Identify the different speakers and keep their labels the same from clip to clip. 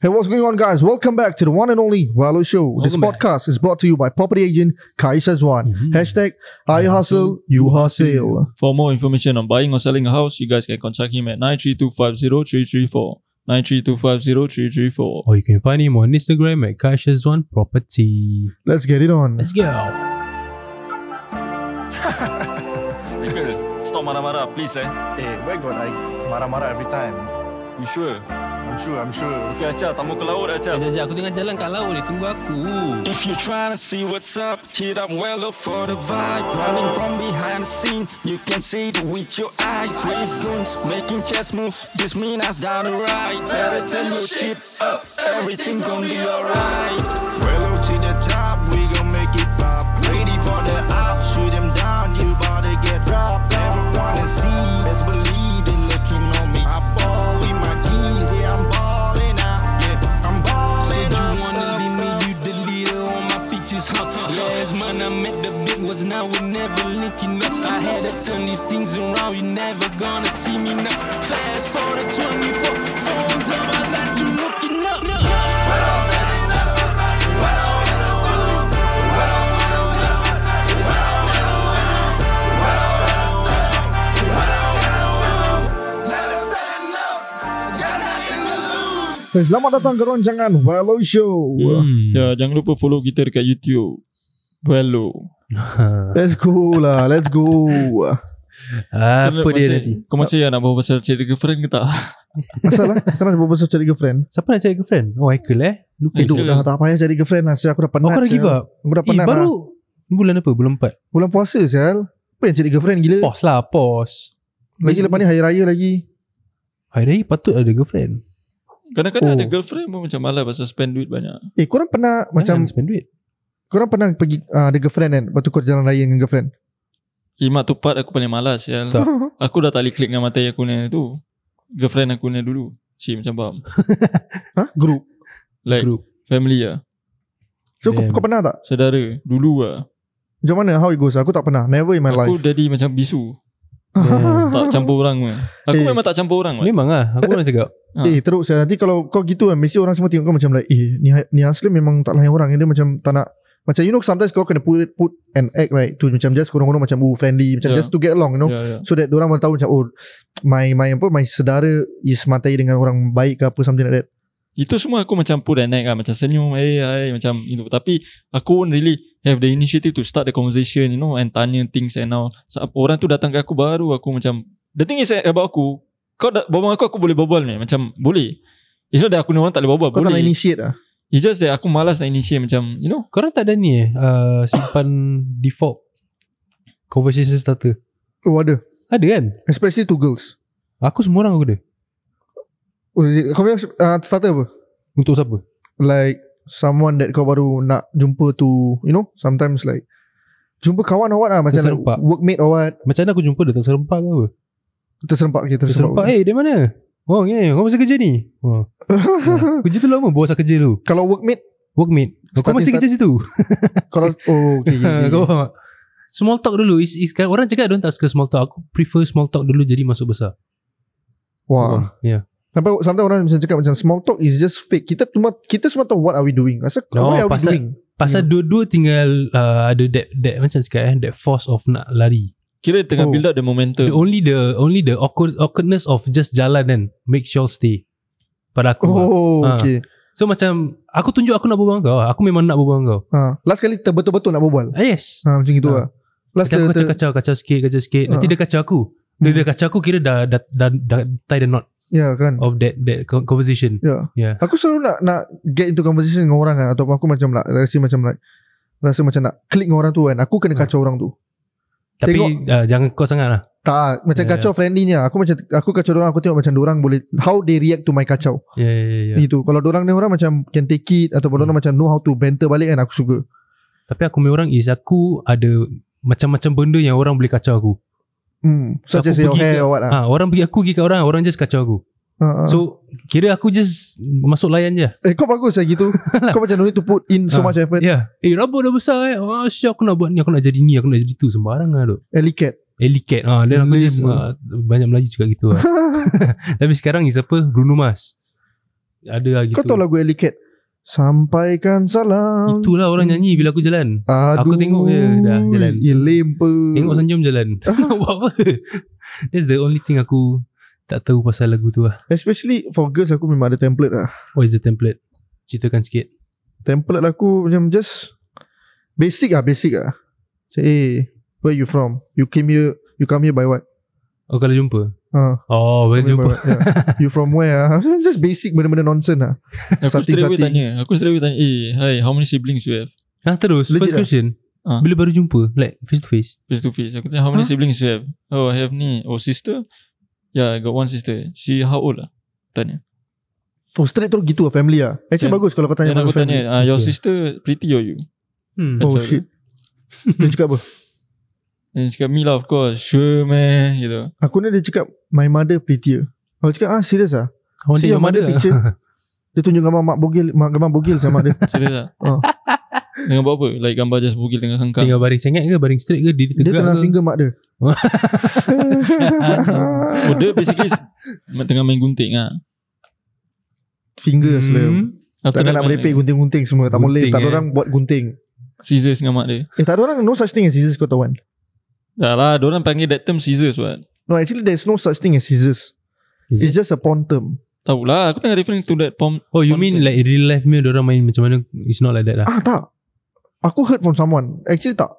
Speaker 1: Hey, what's going on, guys? Welcome back to the one and only Valo Show. this
Speaker 2: Welcome back.
Speaker 1: podcast is brought to you by property agent Kai Sezwan.
Speaker 2: Mhm.
Speaker 3: Mm-hmm.
Speaker 1: Hashtag I hustle, you hustle.
Speaker 2: For more information on buying or selling a house, you guys can contact him at 93250 93250
Speaker 3: Or you can find him on Instagram at Kaishazwan Property.
Speaker 1: Let's get it on.
Speaker 3: Let's go.
Speaker 2: Stop marah-marah, please eh.
Speaker 4: Eh, where got I marah-marah every time?
Speaker 2: You sure?
Speaker 4: I'm sure, I'm sure.
Speaker 2: Okay, Acah, tamu ke laut Acah.
Speaker 3: Sekejap, aku tengah jalan kat laut ni. Tunggu aku.
Speaker 5: If you're trying to see what's up, hit up Weller for the vibe. Running from behind the scene, you can see it with your eyes. Raise goons, making chess moves. This mean us down the right. Better turn your shit up, everything gon' be alright. Weller to the top, we gon' make it pop. Ready for the ops, shoot them down, you bout to get dropped. Everyone to see, best believe they looking on me. I ball in my jeans, yeah, I'm ballin' out, yeah, I'm ballin'
Speaker 6: Said
Speaker 5: out.
Speaker 6: you wanna leave me, you deleted all my pictures, huh? Last month I met the big ones, now we never linking up. I had to turn these things around, you never gonna see me now. Fast forward to 24, phones on my lap, you looking up.
Speaker 1: Selamat datang ke rancangan Valo Show.
Speaker 3: Hmm.
Speaker 2: Ya, jangan lupa follow kita dekat YouTube. Velo.
Speaker 1: Let's go lah, let's go.
Speaker 3: Apa dia tadi?
Speaker 2: Kau masih nak bawa pasal cari girlfriend ke tak?
Speaker 1: Masalah, kenapa berapa pasal cari girlfriend?
Speaker 3: Siapa nak cari girlfriend? Oh, Haikal eh. Lupa.
Speaker 2: Eh,
Speaker 1: Hidup
Speaker 2: sure.
Speaker 1: dah tak payah cari girlfriend lah. Saya aku dah
Speaker 3: Oh,
Speaker 1: penat.
Speaker 3: kau dah
Speaker 1: sial.
Speaker 3: give up?
Speaker 1: Aku dah
Speaker 3: Eh,
Speaker 1: penat lah.
Speaker 3: baru bulan apa? Bulan 4.
Speaker 1: Bulan puasa, sial. Apa yang cari girlfriend gila?
Speaker 3: Pause lah, pause.
Speaker 1: Lagi lepas ni hari raya lagi.
Speaker 3: Hari Raya patut ada girlfriend.
Speaker 2: Kadang-kadang
Speaker 1: Oh.
Speaker 2: ada girlfriend pun macam malas pasal spend duit banyak.
Speaker 1: Eh, korang pernah macam
Speaker 3: Jangan Kan spend duit.
Speaker 1: Korang pernah pergi uh, Ada girlfriend kan Lepas tu kau jalan raya dengan girlfriend
Speaker 2: Kimak tu part aku paling malas ya.
Speaker 3: Tak.
Speaker 2: Aku dah tak boleh klik dengan mata aku ni tu. Girlfriend aku ni dulu. Cik macam faham.
Speaker 1: Ha? Group
Speaker 2: Like
Speaker 3: Group.
Speaker 2: family lah.
Speaker 1: So kau,
Speaker 3: Damn.
Speaker 1: kau pernah tak
Speaker 2: Saudara. Dulu lah.
Speaker 1: Macam mana how it goes Aku tak pernah Never in my
Speaker 2: aku
Speaker 1: life Oh.
Speaker 2: jadi macam bisu.
Speaker 3: Yeah.
Speaker 2: Tak campur orang pun. Aku
Speaker 1: Eh.
Speaker 2: memang tak campur orang ya, pun.
Speaker 3: Memang lah. Aku orang cakap.
Speaker 1: Eh teruk saya Nanti kalau kau gitu kan Mesti orang semua tengok kau macam like Eh ni, ni Aslim memang tak layan orang Dia macam tak nak Macam you know sometimes kau kena put, put an act right To macam just korang-korang macam Oh friendly Macam
Speaker 2: Yeah.
Speaker 1: just to get along you know
Speaker 2: Ya, ya.
Speaker 1: So that orang tahu macam Oh my my apa My saudara is matai dengan orang baik ke apa Something like that
Speaker 2: Itu semua aku macam put and act lah. Macam senyum. Hey, hey. Macam itu. Tapi aku pun really have the initiative to start the conversation. You know. And tanya things and now. Orang tu datang ke aku baru aku macam. The thing is eh, about aku. Kau dah, berbual dengan aku aku boleh berbual ni. Macam boleh. It's not that aku ni orang tak boleh berbual.
Speaker 1: Kau tak nak
Speaker 2: boleh.
Speaker 1: initiate lah
Speaker 2: It's just that aku malas nak initiate macam. You know.
Speaker 3: Korang tak ada ni eh? Uh, simpan default conversation starter.
Speaker 1: Oh ada
Speaker 3: Ada kan?
Speaker 1: Especially to girls
Speaker 3: Aku semua orang aku ada.
Speaker 1: Oh, is it- Kau punya uh, starter apa
Speaker 3: Untuk siapa?
Speaker 1: like someone that kau baru nak jumpa to you know sometimes like jumpa kawan or what lah macam like
Speaker 3: Terserempak.
Speaker 1: workmate or what
Speaker 3: Macam mana aku jumpa dia terserempak ke apa?
Speaker 1: terserempak kita
Speaker 3: Terserempak,
Speaker 1: terserempak,
Speaker 3: eh dia mana? Oh, ni, kau masih kerja ni? Oh.
Speaker 1: Ya.
Speaker 3: oh. Kerja tu lama, bos kerja tu.
Speaker 1: kalau workmate
Speaker 3: Workmate. Kau
Speaker 1: Start-
Speaker 3: masih
Speaker 1: start-
Speaker 3: kerja situ.
Speaker 1: kalau oh okay, okay, okay.
Speaker 3: kau faham tak? Small talk dulu. Is, is, kan, orang cakap dia tak suka small talk. Aku prefer small talk dulu jadi masuk besar.
Speaker 1: wah
Speaker 3: Ya.
Speaker 1: sampai sometimes orang macam cakap macam small talk is just fake kita cuma kita semua tahu what are we doing rasa
Speaker 3: No,
Speaker 1: what are we
Speaker 3: pasal-
Speaker 1: doing
Speaker 3: Pasal dua-dua tinggal uh, ada that, that macam cakap eh, that force of nak lari.
Speaker 2: Kira tengah
Speaker 1: Oh.
Speaker 2: build up the momentum.
Speaker 3: The only the only the awkward, awkwardness of just jalan kan makes you all stay. Pada aku. lah.
Speaker 1: oh
Speaker 3: Ah.
Speaker 1: okay
Speaker 3: So macam aku tunjuk aku nak berbual dengan kau. Aku memang nak berbual dengan kau.
Speaker 1: ha. last kali ter- betul-betul nak berbual
Speaker 3: Ah, yes.
Speaker 1: ha, macam gitu
Speaker 3: Ah.
Speaker 1: lah last
Speaker 3: Nanti
Speaker 1: ter-
Speaker 3: aku
Speaker 1: ter-
Speaker 3: kacau-kacau Kacau sikit Kacau sikit Nanti
Speaker 1: Ah.
Speaker 3: dia kacau aku Dia
Speaker 1: Hmm.
Speaker 3: dia kacau aku Kira dah Dah, dah, dah Tie the knot
Speaker 1: ya kan
Speaker 3: Of that that co- conversation
Speaker 1: Ya.
Speaker 3: Yeah.
Speaker 1: Aku selalu nak nak get into conversation dengan orang kan ataupun aku macam nak rasa macam like rasa macam nak klik dengan orang tu kan. Aku kena
Speaker 3: Ha.
Speaker 1: kacau orang tu.
Speaker 3: Tapi
Speaker 1: Tengok.
Speaker 3: uh, Jangan kau sangat lah
Speaker 1: Tak, macam
Speaker 3: Ya,
Speaker 1: kacau friendlynya. Aku macam aku kacau orang aku tengok macam orang boleh how they react to my kacau.
Speaker 3: Ya ya ya, ya
Speaker 1: Gitu. Kalau orang ni orang macam can take it ataupun
Speaker 3: Hmm.
Speaker 1: orang macam know how to banter balik kan aku suka.
Speaker 3: Tapi aku punya orang Is aku ada Macam-macam benda Yang orang boleh kacau aku
Speaker 1: Hmm,
Speaker 3: So,
Speaker 1: such as
Speaker 3: aku
Speaker 1: your
Speaker 3: pergi
Speaker 1: hair
Speaker 3: ke-
Speaker 1: or what lah.
Speaker 3: ha, Orang pergi aku pergi kat orang Orang just kacau aku
Speaker 1: Ha, ha.
Speaker 3: So Kira aku just Masuk layan je
Speaker 1: eh kau bagus lah gitu. kau macam no need to put in so
Speaker 3: Ha.
Speaker 1: much effort.
Speaker 3: Ya yeah. Eh rambut dah besar eh oh, Syah aku nak buat ni Aku nak jadi ni Aku nak jadi tu Sembarang lah duk
Speaker 1: Elicat.
Speaker 3: Elicat ha, Then aku
Speaker 1: Lame
Speaker 3: just
Speaker 1: lah.
Speaker 3: ah, Banyak Melayu cakap gitu lah Tapi sekarang is apa Bruno Mars Ada lah gitu
Speaker 1: Kau tahu lagu Ellie Cat? Sampaikan salam.
Speaker 3: Itulah orang nyanyi Bila aku jalan
Speaker 1: Aduh,
Speaker 3: Aku tengok je, dah jalan.
Speaker 1: Ilempa.
Speaker 3: Tengok senyum jalan Nak buat apa That's the only thing aku Tak tahu pasal lagu tu lah
Speaker 1: Especially for girls aku memang ada template lah.
Speaker 3: What is the template Ceritakan sikit
Speaker 1: Template lah aku macam just basic ah, basic ah. Say, hey, where you from? You came here, you come here by what?
Speaker 3: Oh kalau jumpa
Speaker 1: Ha, come
Speaker 3: Oh kalau
Speaker 1: here by
Speaker 3: jumpa
Speaker 1: what? Yeah. You from where? ah? Just basic benda-benda nonsense lah.
Speaker 2: Aku straight away tanya Aku straight away tanya Eh hi how many siblings you have
Speaker 3: Ha terus
Speaker 1: Legit
Speaker 3: First
Speaker 1: lah.
Speaker 3: question
Speaker 2: Ah.
Speaker 3: Bila baru jumpa Like face to face
Speaker 2: Face to face Aku tanya how many
Speaker 3: Huh?
Speaker 2: siblings you have Oh I have ni Oh sister Yeah I got one sister She how old lah Tanya
Speaker 1: Oh straight terus gitu lah family ah. Actually
Speaker 2: Then-
Speaker 1: bagus kalau kau tanya pasal
Speaker 2: Then aku
Speaker 1: family.
Speaker 2: tanya ah, Your
Speaker 3: Okay.
Speaker 2: sister pretty or you
Speaker 3: hmm.
Speaker 1: Oh
Speaker 2: Macam-
Speaker 1: shit. dia cakap apa?
Speaker 2: Then she cakap me lah of course Sure man Gitu
Speaker 1: Aku ni dia cakap my mother prettier. Aku cakap ah serius ah.
Speaker 3: I want lah.
Speaker 1: See your mother picture. Dia tunjuk gambar mak bogil, mak gambar bogil sama dia.
Speaker 2: Serius lah
Speaker 1: Oh.
Speaker 2: Dengan buat apa Like gambar just bugil dengan hengkang
Speaker 3: Tinggal baring sengit ke Baring straight ke Diri
Speaker 1: dia
Speaker 3: tegak
Speaker 1: tengah
Speaker 3: ke
Speaker 1: finger mak dia.
Speaker 2: Oh dia basically Tengah main gunting lah
Speaker 1: Finger
Speaker 3: Hmm.
Speaker 1: slam. Takkan
Speaker 2: After that,
Speaker 1: nak
Speaker 2: main-
Speaker 1: merepek gunting-gunting semua. Tak boleh.
Speaker 3: Gunting,
Speaker 1: Tak ada
Speaker 3: eh.
Speaker 1: orang buat gunting.
Speaker 2: Scissors dengan mak dia
Speaker 1: Eh tak ada orang no such thing as scissors kau tahu kan?
Speaker 2: Dah lah Diorang panggil that term scissors what
Speaker 1: No actually there's no such thing as scissors.
Speaker 3: Is
Speaker 1: It's just a porn term.
Speaker 2: Tahu lah Aku tengah referring to that pom
Speaker 3: Oh you mean like real life punya Diorang main macam mana It's not like that lah
Speaker 1: Ah tak. Aku heard from someone. Actually tak.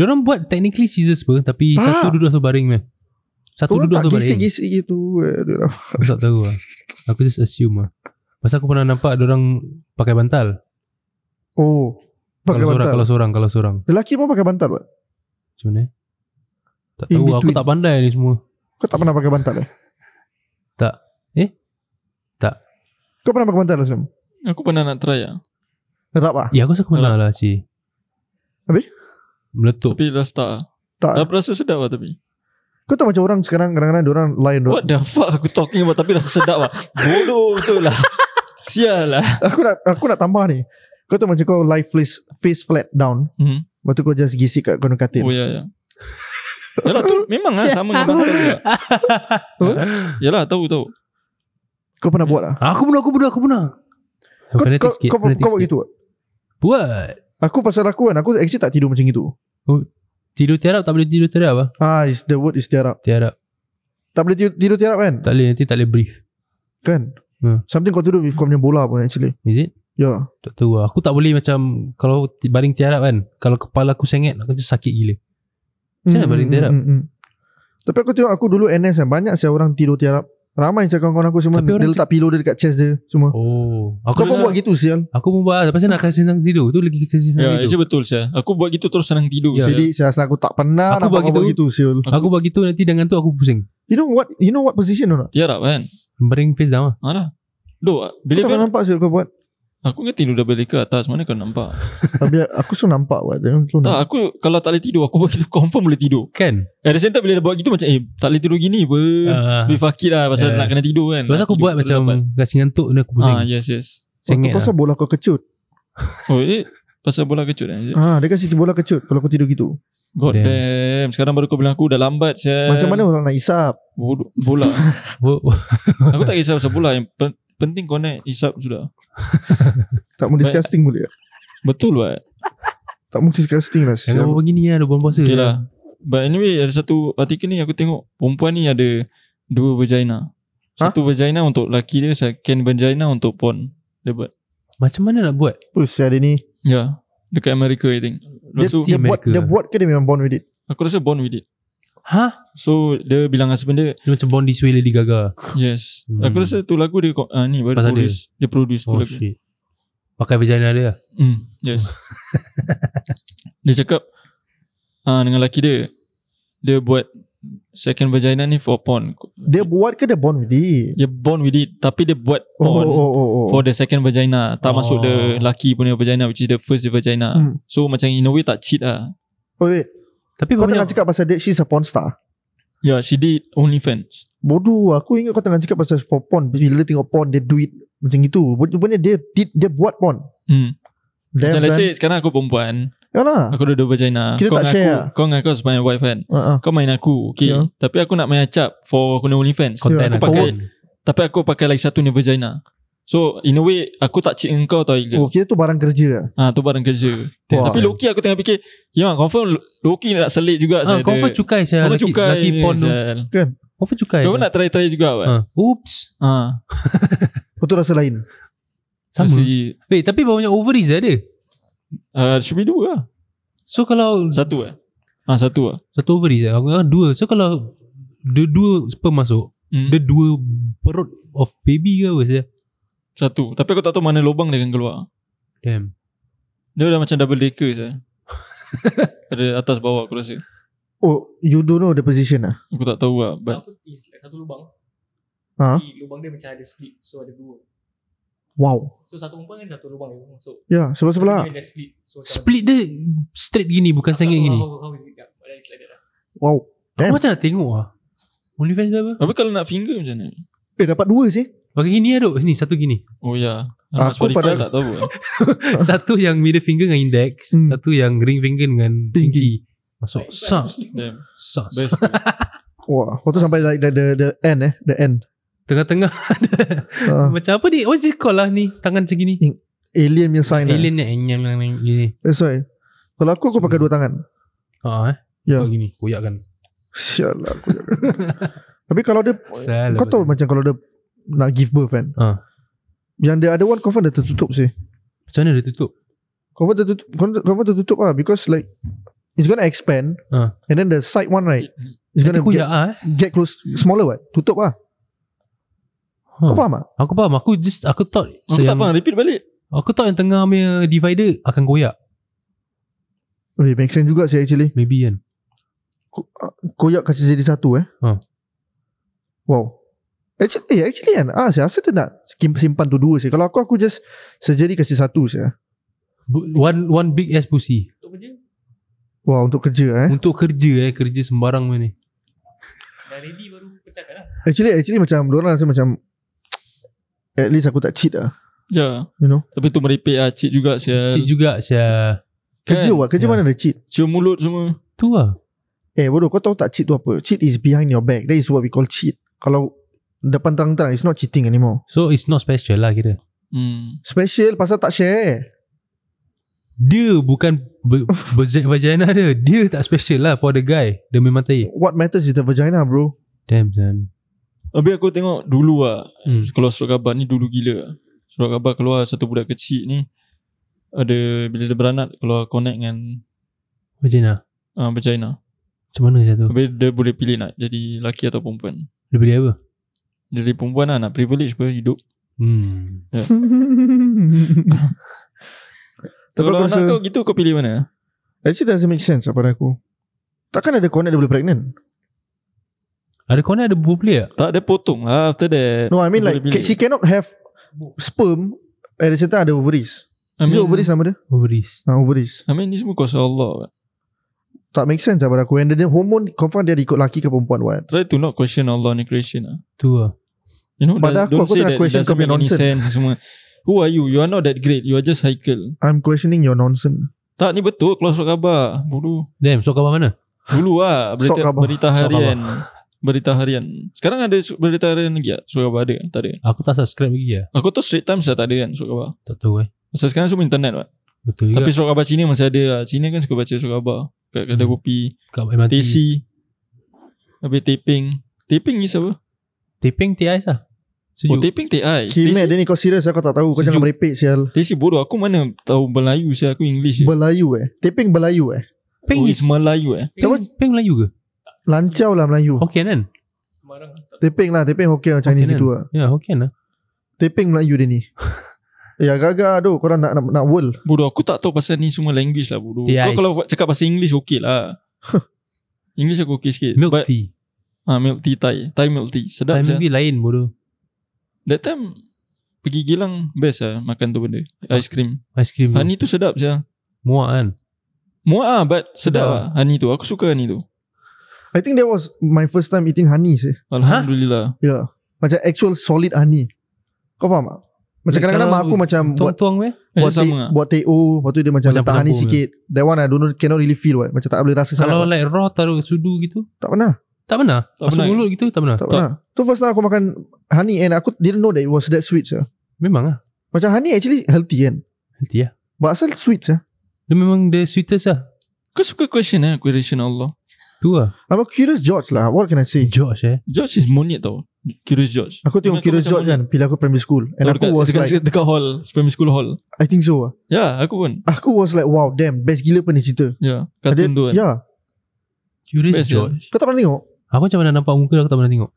Speaker 3: Diorang buat technically scissors pun Tapi
Speaker 1: Tak.
Speaker 3: satu duduk satu baring meh Satu
Speaker 1: Orang
Speaker 3: duduk
Speaker 1: tak
Speaker 3: satu baring
Speaker 1: gisik-gisik gitu. Eh, dia orang-
Speaker 3: Aku tak tahu lah Aku just assume lah Pasal aku pernah nampak Diorang pakai bantal
Speaker 1: Oh. Pakai
Speaker 3: kalau Seorang,
Speaker 1: bantal.
Speaker 3: kalau seorang Kalau seorang
Speaker 1: Lelaki pun pakai bantal buat.
Speaker 3: Macam mana eh? Tak
Speaker 1: In
Speaker 3: tahu Aku
Speaker 1: between.
Speaker 3: tak pandai ni semua
Speaker 1: Kau tak pernah pakai bantal eh?
Speaker 3: Tak. Eh? Tak.
Speaker 1: Kau pernah pakai bantal Azam?
Speaker 2: Aku pernah nak try lah
Speaker 1: Rap ah?
Speaker 3: Ya aku rasa aku pernah lah Ci
Speaker 1: Habis?
Speaker 3: Meletup
Speaker 2: Tapi dah start lah
Speaker 1: Tak.
Speaker 2: Dah rasa sedap lah tapi
Speaker 1: Kau tahu macam orang sekarang kadang-kadang dia orang lain
Speaker 2: What the fuck aku talking about Tapi rasa sedap lah Bodoh betul lah Sial lah
Speaker 1: Aku nak aku nak tambah ni. Kau tahu macam kau lie face, face flat down.
Speaker 2: Hmm.
Speaker 1: Lepas tu kau just gisik kat kono katil.
Speaker 2: Oh ya ya Yalah tu memang lah sama dengan bantal juga Apa? Yalah tahu tahu
Speaker 1: Kau pernah buat lah.
Speaker 3: Aku pernah Aku pernah Aku pernah
Speaker 1: Kau,
Speaker 3: Fanatic
Speaker 1: kau,
Speaker 3: sikit,
Speaker 1: kau,
Speaker 3: fanatic
Speaker 1: kau buat
Speaker 3: sikit.
Speaker 1: gitu.
Speaker 3: Buat
Speaker 1: Aku pasal aku kan Aku actually tak tidur macam itu
Speaker 3: Tidur tiarap tak boleh tidur tiarap lah
Speaker 1: Ah, is, The word is tiarap
Speaker 3: Tiarap
Speaker 1: Tak boleh tidur, tidur tiarap kan
Speaker 3: Tak boleh nanti tak boleh breathe
Speaker 1: Kan
Speaker 3: Hmm.
Speaker 1: Something kau tidur with Kau punya bola pun actually
Speaker 3: Is it?
Speaker 1: Ya
Speaker 3: Tak tahu lah Aku tak boleh macam Kalau ti- baring tiarap kan Kalau kepala aku sengit Aku just sakit gila Macam mana baring tiarap?
Speaker 1: mm, mm. Tapi aku tengok Aku dulu NS kan Banyak saya orang tidur tiarap Ramai saya kawan-kawan aku semua
Speaker 3: Tapi
Speaker 1: Dia
Speaker 3: orang
Speaker 1: letak pillow dia dekat chest dia Semua
Speaker 3: Oh
Speaker 1: Kau
Speaker 3: Aku
Speaker 1: pun
Speaker 3: pun
Speaker 1: buat gitu sial
Speaker 3: Aku pun buat lah. Lepas tu nak kasih senang tidur Tu lagi kasih senang
Speaker 2: Ya
Speaker 3: tidur
Speaker 2: actually betul saya Aku buat gitu terus senang tidur
Speaker 3: Ya.
Speaker 2: sial.
Speaker 1: Jadi saya rasa aku tak pernah
Speaker 3: Aku
Speaker 1: nampak
Speaker 3: buat
Speaker 1: kau buat
Speaker 3: gitu.
Speaker 1: gitu sial
Speaker 3: Aku buat gitu nanti dengan tu aku pusing
Speaker 1: You know what You know what position or not
Speaker 2: Tiarap kan
Speaker 3: Baring face down lah
Speaker 2: Alah
Speaker 1: Kau
Speaker 2: Doh Bila
Speaker 1: tak
Speaker 2: kau
Speaker 1: pernah nampak sial kau buat
Speaker 2: Aku kan tidur dah balik ke atas Mana kau nampak
Speaker 1: Tapi aku suruh nampak buat Jangan tu
Speaker 2: Tak
Speaker 1: nampak
Speaker 2: aku Kalau tak boleh tidur Aku buat gitu confirm boleh tidur
Speaker 3: Kan
Speaker 2: At the same time bila dia buat gitu Macam eh tak boleh tidur gini apa
Speaker 3: Ah.
Speaker 2: Tapi fuck it lah Pasal
Speaker 3: Yeah.
Speaker 2: nak kena tidur kan
Speaker 3: Lepas tu aku buat macam Kasih ngantuk ni aku pusing
Speaker 2: Ah yes yes
Speaker 1: Waktu
Speaker 3: Sengit
Speaker 1: pasal
Speaker 3: lah
Speaker 1: bola kau kecut
Speaker 2: Oh eh Pasal bola kecut kan
Speaker 1: Ah, Dia kasi bola kecut Kalau kau tidur gitu
Speaker 2: God
Speaker 3: Damn.
Speaker 2: damn. Sekarang baru kau bilang aku Dah lambat
Speaker 3: Eh.
Speaker 2: saya
Speaker 1: Macam mana orang nak isap
Speaker 2: Bodoh Bola
Speaker 3: Wo-
Speaker 2: Aku tak kisah pasal bola Yang pen- penting connect Isap sudah
Speaker 1: Tak mau
Speaker 2: Baik.
Speaker 1: disgusting boleh
Speaker 2: Betul buat
Speaker 1: Tak mungkin disgusting lah sial.
Speaker 3: Jangan buat begini lah Ada bulan puasa
Speaker 2: Okay lah But anyway Ada satu artikel ni Aku tengok Perempuan ni ada Dua vagina
Speaker 1: Hah?
Speaker 2: Satu vagina untuk laki dia Second vagina untuk porn Dia buat
Speaker 3: Macam mana nak buat
Speaker 1: Apa sial dia ni
Speaker 2: Ya yeah. Dekat Amerika I think
Speaker 1: Dia,
Speaker 2: Lepas tu
Speaker 1: dia, buat,
Speaker 3: Amerika.
Speaker 1: dia buat ke dia memang born with it
Speaker 2: Aku rasa born with it
Speaker 3: Ha?
Speaker 2: So dia bilang husband dia
Speaker 3: Dia macam Born This Way Lady Gaga
Speaker 2: Yes
Speaker 3: Hmm.
Speaker 2: hmm. Aku rasa tu lagu dia uh, Ni baru
Speaker 3: Pasal
Speaker 2: Pasal produce Dia, dia produce tu
Speaker 3: Oh
Speaker 2: lagu
Speaker 3: shit Pakai vagina dia lah
Speaker 2: mm, Yes Dia cakap uh, Dengan laki dia Dia buat Second vagina ni for porn
Speaker 1: Dia buat ke dia born with it
Speaker 2: Dia born with it Tapi dia buat
Speaker 1: Oh oh
Speaker 2: porn
Speaker 1: oh oh, oh.
Speaker 2: For the second vagina
Speaker 3: Oh.
Speaker 2: Tak masuk the Laki punya vagina Which is the first vagina
Speaker 1: Hmm.
Speaker 2: So macam in a way tak cheat lah
Speaker 1: oh wait
Speaker 3: Tapi
Speaker 1: Kau
Speaker 3: banyak
Speaker 1: tengah cakap pasal that She's a porn star
Speaker 2: Yeah she did OnlyFans
Speaker 1: Bodoh Aku ingat kau tengah cakap pasal for porn Bila dia tengok porn Dia do it Macam gitu Rupanya dia did, Dia buat porn
Speaker 2: Hmm. Macam
Speaker 1: Damn
Speaker 2: let's
Speaker 1: son
Speaker 2: say sekarang aku perempuan
Speaker 1: Yalah
Speaker 2: Aku ada dua vagina
Speaker 1: Kita
Speaker 2: kau
Speaker 1: tak
Speaker 2: dengan
Speaker 1: share lah.
Speaker 2: aku, Kau dengan aku sebagai wife kan
Speaker 1: Uh-uh.
Speaker 2: Kau main aku Okay
Speaker 1: Ya.
Speaker 2: yeah. Tapi aku nak main acap For aku punya OnlyFans
Speaker 1: Content
Speaker 2: aku
Speaker 1: lah.
Speaker 2: pakai
Speaker 1: Forward.
Speaker 2: Tapi aku pakai lagi satu ni vagina So in a way Aku tak cheat dengan kau tau Ilgan
Speaker 1: Oh kita tu barang kerja lah
Speaker 2: ha, Tu barang kerja
Speaker 1: Wah.
Speaker 2: Tapi Loki aku tengah fikir Ya confirm Loki nak selit juga
Speaker 3: Ah,
Speaker 2: saya
Speaker 3: confirm
Speaker 2: dia.
Speaker 3: cukai saya
Speaker 2: Confirm
Speaker 3: laki,
Speaker 2: cukai
Speaker 3: laki porn tu. Confirm cukai.
Speaker 2: Kau nak try-try juga
Speaker 3: saya.
Speaker 2: Wak
Speaker 3: Ah, Oops.
Speaker 2: ha.
Speaker 1: Lepas tu rasa lain
Speaker 3: Sama.
Speaker 2: Si,
Speaker 3: Wait, tapi berapa banyak ovaries dia ada?
Speaker 2: uh, should be dua lah
Speaker 3: So kalau
Speaker 2: Satu lah ha, Satu lah
Speaker 3: satu ovaries eh, aku ingat dua. So kalau dia dua sperm masuk,
Speaker 2: hmm.
Speaker 3: dia dua perut of baby ke apa saya?
Speaker 2: Satu Tapi aku tak tahu mana lubang dia akan keluar
Speaker 3: Damn.
Speaker 2: Dia dah macam double decker saya Ada atas bawah aku rasa
Speaker 1: Oh you don't know the position lah
Speaker 2: Aku tak tahu lah But
Speaker 7: Aku is like satu lubang
Speaker 1: Ha?
Speaker 7: Tapi lubang dia macam ada split So ada dua
Speaker 1: Wow
Speaker 7: So satu perempuan kan satu lubang dia masuk
Speaker 1: Ya yeah, sebelah-sebelah
Speaker 7: Dia ada split so, macam-
Speaker 3: Split dia straight gini bukan
Speaker 7: Aku tak
Speaker 3: sengit
Speaker 7: tahu
Speaker 3: gini.
Speaker 8: lah.
Speaker 7: How, how is it yeah, but it's like that lah
Speaker 1: Wow
Speaker 3: Aku
Speaker 1: Damn.
Speaker 3: macam nak tengok ah. OnlyFans dia apa?
Speaker 2: Tapi kalau nak finger macam mana
Speaker 1: Eh dapat dua sih
Speaker 3: Pakai gini aduk. Ni lah, satu gini.
Speaker 2: Oh ya
Speaker 1: Aku
Speaker 2: Spotify
Speaker 1: pada-
Speaker 2: tak tahu lah.
Speaker 3: satu yang middle finger dengan index,
Speaker 1: Hmm.
Speaker 3: satu yang ring finger dengan
Speaker 1: Pinky.
Speaker 3: pinky. Masuk sak
Speaker 2: Damn
Speaker 3: sak. sak.
Speaker 2: Best
Speaker 1: Wah Lepas tu sampai like the, the, the end eh The end
Speaker 3: Tengah-tengah ada
Speaker 1: uh,
Speaker 3: Macam apa ni What's it called lah ni Tangan macam gini
Speaker 1: Alien punya sign lah
Speaker 3: Alien ni Enyam yang yang gini
Speaker 1: That's why Kalau aku aku pakai dua tangan
Speaker 3: Haa eh
Speaker 1: Ya.
Speaker 3: Kau gini Koyak kan
Speaker 1: Sialah aku jangan Tapi kalau dia
Speaker 3: Salah
Speaker 1: Kau tahu macam kalau dia Nak give birth kan
Speaker 3: Ha.
Speaker 1: Yang dia ada one Confirm dia tertutup sih
Speaker 3: Macam mana dia tutup
Speaker 1: Confirm tertutup confirm- Confirm tertutup lah Because like It's gonna expand
Speaker 3: Ha.
Speaker 1: And then the side one right It's gonna
Speaker 3: Nanti koyak
Speaker 1: get,
Speaker 3: ah eh
Speaker 1: get close Smaller what Tutup lah Kau
Speaker 3: Ha.
Speaker 1: faham tak?
Speaker 3: Aku faham Aku just Aku thought
Speaker 2: Aku tak
Speaker 3: yang-
Speaker 2: faham Repeat balik
Speaker 3: Aku thought yang tengah punya Divider Akan koyak
Speaker 1: Eh, make sense juga sih actually
Speaker 3: Maybe kan
Speaker 1: Koyak kasi jadi satu eh
Speaker 3: Ha.
Speaker 1: Wow Actually, eh, actually kan ah, Saya rasa dia nak skim- Simpan tu dua sih Kalau aku aku just Surgery kasi satu sih eh.
Speaker 3: Bu- One one big ass pussy
Speaker 7: Untuk kerja
Speaker 1: Wah untuk kerja eh
Speaker 3: Untuk kerja eh Kerja sembarang punya ni
Speaker 7: Dah ready baru pecahkan lah
Speaker 1: Actually actually macam Diorang rasa macam At least aku tak cheat lah
Speaker 2: Ya
Speaker 1: You know
Speaker 2: Tapi tu merepek lah Cheat juga sial
Speaker 3: Cik juga saya
Speaker 1: Kerja
Speaker 2: Kan?
Speaker 1: what Kerja
Speaker 3: Ya.
Speaker 1: mana ada cheat
Speaker 2: Cium mulut semua
Speaker 3: Tu lah
Speaker 1: Eh bodoh kau tahu tak cheat tu apa Cheat is behind your back That is what we call cheat Kalau Depan terang-terang It's not cheating anymore
Speaker 3: So it's not special lah kira
Speaker 2: Hmm
Speaker 1: Special pasal tak share
Speaker 3: Dia bukan be- be- Vagina dia Dia tak special lah For the guy Dia memang tahi
Speaker 1: What matters is the vagina bro
Speaker 3: Damn son
Speaker 2: Habis aku tengok dulu lah
Speaker 3: Hmm.
Speaker 2: Kalau surat khabar ni dulu gila Surat khabar keluar satu budak kecil ni Ada Bila dia beranak Kalau connect dengan
Speaker 3: Vagina
Speaker 2: uh, Vagina
Speaker 3: Macam mana saya tu
Speaker 2: Habis dia boleh pilih nak Jadi lelaki atau perempuan
Speaker 3: Dia beli apa
Speaker 2: Jadi perempuan lah Nak privilege pun hidup
Speaker 3: Hmm
Speaker 1: Tapi
Speaker 2: Kalau
Speaker 1: aku
Speaker 2: anak
Speaker 1: rasa
Speaker 2: kau gitu Kau pilih mana
Speaker 1: Actually doesn't make sense lah pada aku Takkan ada connect dia boleh pregnant
Speaker 3: Ada corner ada bubu play tak
Speaker 2: Tak dia potong lah After that
Speaker 1: No I mean like
Speaker 2: Dia boleh pilih.
Speaker 1: She cannot have Sperm At the same time ada ovaries
Speaker 2: I
Speaker 1: Is it
Speaker 2: mean,
Speaker 1: ovaries nama dia?
Speaker 3: Ovaries
Speaker 1: Ha, ovaries
Speaker 2: I mean ni semua kuasa Allah
Speaker 1: Tak make sense lah pada aku And then the hormone Confirm dia ada ikut lelaki ke perempuan what
Speaker 2: Try to not question Allah ni creation lah
Speaker 3: Tu lah
Speaker 2: You know
Speaker 1: Pada
Speaker 2: that-
Speaker 1: aku,
Speaker 2: don't
Speaker 1: aku tak nak
Speaker 2: say that it
Speaker 1: question
Speaker 2: doesn't
Speaker 1: kau punya
Speaker 2: make any
Speaker 1: nonsense.
Speaker 2: sense ni semua Who are you? You are not that great You are just Haikal
Speaker 1: I'm questioning your nonsense
Speaker 2: Tak ni betul Keluar surat khabar Dulu
Speaker 3: Damn so khabar mana
Speaker 2: Dulu lah berita,
Speaker 1: Sok khabar.
Speaker 2: berita
Speaker 1: Sok
Speaker 2: harian Berita harian Sekarang ada su- berita harian lagi tak? Surat khabar ada? Tak ada
Speaker 3: Aku tak subscribe lagi lah
Speaker 2: Aku tu straight times dah tak ada kan surat khabar
Speaker 3: Tak tahu eh
Speaker 2: Pasal sekarang semua internet kan
Speaker 3: Betul
Speaker 1: Ya.
Speaker 2: Tapi
Speaker 3: juga
Speaker 2: surat khabar Cina masih ada lah Cina kan suka baca surat khabar Kat kedai
Speaker 3: Hmm.
Speaker 2: kopi
Speaker 3: Kat MRT
Speaker 2: Tesi Habis taping Taping is apa?
Speaker 3: Taping TIs lah
Speaker 2: Oh
Speaker 3: Sejuk
Speaker 2: taping TI
Speaker 1: Kimet
Speaker 2: Tesi,
Speaker 1: dia ni kau serius lah Kau tak tahu Kau
Speaker 2: Sejuk.
Speaker 1: jangan merepek sial
Speaker 2: tesi bodoh Aku mana tahu Melayu saya Aku English je
Speaker 1: Belayu eh Taping Belayu eh
Speaker 2: Oh is Melayu eh
Speaker 3: Peng, Peng Melayu ke
Speaker 1: Lancau lah Melayu
Speaker 2: Oh.
Speaker 3: Hokkien kan
Speaker 7: Semarang tak
Speaker 1: Taping lah Taping Hokkien macam Chinese
Speaker 3: Hokkien
Speaker 2: kan?
Speaker 1: gitu lah
Speaker 3: Ya Hokkien lah
Speaker 1: Taping Melayu dia ni Ya gagal tu Korang nak, nak, nak world
Speaker 2: Bodoh aku tak tahu pasal ni semua language lah bodoh
Speaker 3: TIs.
Speaker 2: Kau kalau cakap pasal English okey lah English aku okey sikit
Speaker 3: Milk
Speaker 2: But-
Speaker 3: tea
Speaker 2: Ah milk tea Thai Thai milk tea Sedap
Speaker 3: Time
Speaker 2: je
Speaker 3: maybe lain bodoh
Speaker 2: That time Pergi Gilang Best lah Makan tu benda Ice cream
Speaker 3: Ice cream tu
Speaker 2: Honey tu sedap je
Speaker 3: Muak kan
Speaker 2: Muak ah But sedap
Speaker 3: Sedap
Speaker 2: lah Honey tu Aku suka honey tu
Speaker 1: I think that was My first time eating honey sih
Speaker 2: Alhamdulillah
Speaker 1: Ya yeah. Macam actual solid honey Kau faham tak? Macam
Speaker 3: Like
Speaker 1: kadang-kadang mak
Speaker 3: kalau
Speaker 1: aku macam Buat
Speaker 3: Tuang-tuang weh
Speaker 2: Eh,
Speaker 1: buat,
Speaker 2: sama
Speaker 1: te-
Speaker 2: lah
Speaker 1: buat TO Lepas tu dia macam
Speaker 3: Macam
Speaker 1: letak honey
Speaker 3: penampung
Speaker 1: sikit That one I don't know Cannot really feel what. Macam tak boleh rasa
Speaker 3: Kalau
Speaker 1: sangat
Speaker 3: like raw taruh sudu gitu
Speaker 1: Tak pernah
Speaker 3: Tak pernah
Speaker 2: lah. Tak
Speaker 3: Masuk
Speaker 2: pernah.
Speaker 3: mulut gitu tak pernah
Speaker 1: lah Tak pernah Tu first time aku makan Honey and aku didn't know that It was that sweet sir
Speaker 3: Memang lah
Speaker 1: Macam honey actually healthy kan
Speaker 3: Healthy lah
Speaker 1: But asal sweet sah
Speaker 3: Dia memang the sweetest lah
Speaker 2: Kau suka question eh Quotation Allah
Speaker 3: Tu lah
Speaker 1: I'm a curious George lah What can I say
Speaker 3: George eh
Speaker 2: George is monyet tau Curious George
Speaker 1: Aku tengok
Speaker 2: Memang kau
Speaker 1: curious
Speaker 2: macam
Speaker 1: George kan Bila aku primary school And
Speaker 2: Tau
Speaker 1: aku was
Speaker 2: dekat,
Speaker 1: like
Speaker 2: dekat hall Primary school hall
Speaker 1: I think so ah.
Speaker 2: Ya yeah, aku pun
Speaker 1: Aku was like wow damn Best gila pun ni cerita
Speaker 2: Ya yeah, Kartun tu kan
Speaker 1: Ya
Speaker 3: Curious
Speaker 2: Best,
Speaker 3: George
Speaker 1: Kau tak pernah tengok
Speaker 3: Aku macam mana nampak muka dia, Aku tak pernah tengok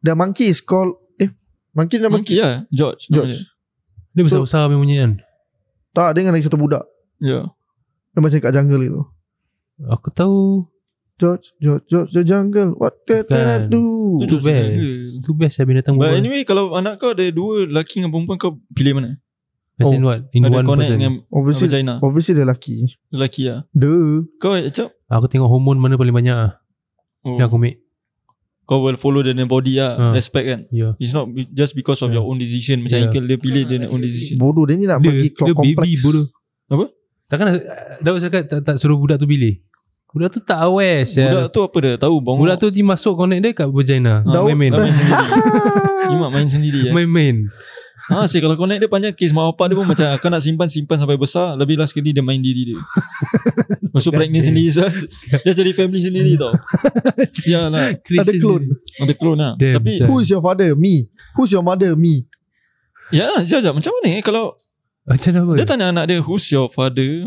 Speaker 1: The monkey is called Eh Monkey nama
Speaker 2: Monkey lah George nama
Speaker 1: George
Speaker 2: dia.
Speaker 3: Dia
Speaker 1: So-
Speaker 3: besar-besar memang punya kan
Speaker 1: Tak dengan lagi satu budak
Speaker 2: Ya yeah.
Speaker 1: Dia macam kat jungle gitu
Speaker 3: Aku tahu
Speaker 1: George George George the jungle What did I
Speaker 3: Bukan.
Speaker 1: do
Speaker 3: Tu
Speaker 2: George
Speaker 3: best.
Speaker 2: jaga.
Speaker 3: Tu best lah binatang
Speaker 2: But
Speaker 3: berbual
Speaker 2: anyway Kalau anak kau ada dua Lelaki dengan perempuan Kau pilih mana
Speaker 3: As in what In
Speaker 2: Oh, Ada
Speaker 3: one
Speaker 2: connect
Speaker 3: person
Speaker 2: dengan
Speaker 1: Obviously
Speaker 2: Vagina
Speaker 1: Obviously dia lelaki
Speaker 2: Lelaki lah
Speaker 1: Duh
Speaker 2: Kau macam
Speaker 3: Aku tengok hormon mana paling banyak lah
Speaker 2: oh,
Speaker 3: Yang aku ambil
Speaker 2: Kau will follow dia punya body lah
Speaker 3: Ah.
Speaker 2: Respect kan
Speaker 3: Ya.
Speaker 2: It's not be- just because of
Speaker 3: Ya.
Speaker 2: your own decision Macam
Speaker 3: Ya.
Speaker 2: Ikel dia pilih Dia punya own decision
Speaker 1: Bodoh dia ni nak
Speaker 3: Dia,
Speaker 1: pergi
Speaker 3: dia
Speaker 1: clock complex
Speaker 3: baby bodoh
Speaker 2: Apa?
Speaker 3: Takkan uh, Daud cakap tak, tak suruh budak tu pilih Budak tu tak aware
Speaker 2: Budak
Speaker 3: Budak,
Speaker 2: tu apa dia Tahu bongok
Speaker 3: budak tu dia masuk connect dia kat vagina
Speaker 2: Ah,
Speaker 1: Daud-
Speaker 2: main,
Speaker 3: Main-main
Speaker 2: main sendiri Kimak main sendiri eh.
Speaker 3: Main-main
Speaker 2: Ha sih kalau connect dia panjang Kes mak bapak dia pun macam Kau nak simpan-simpan sampai besar Lebih last sekali dia main diri dia Masuk pregnant sendiri Zaz Dia jadi family sendiri tau Ya lah
Speaker 1: Ada clone
Speaker 2: Ada clone lah
Speaker 3: Damn,
Speaker 2: Tapi
Speaker 3: sia.
Speaker 1: Who's your father? Me Who's your mother? Me
Speaker 2: Ya Zaz Zaz, Macam mana eh Kalau
Speaker 3: Macam mana
Speaker 2: Dia tanya anak dia Who's your father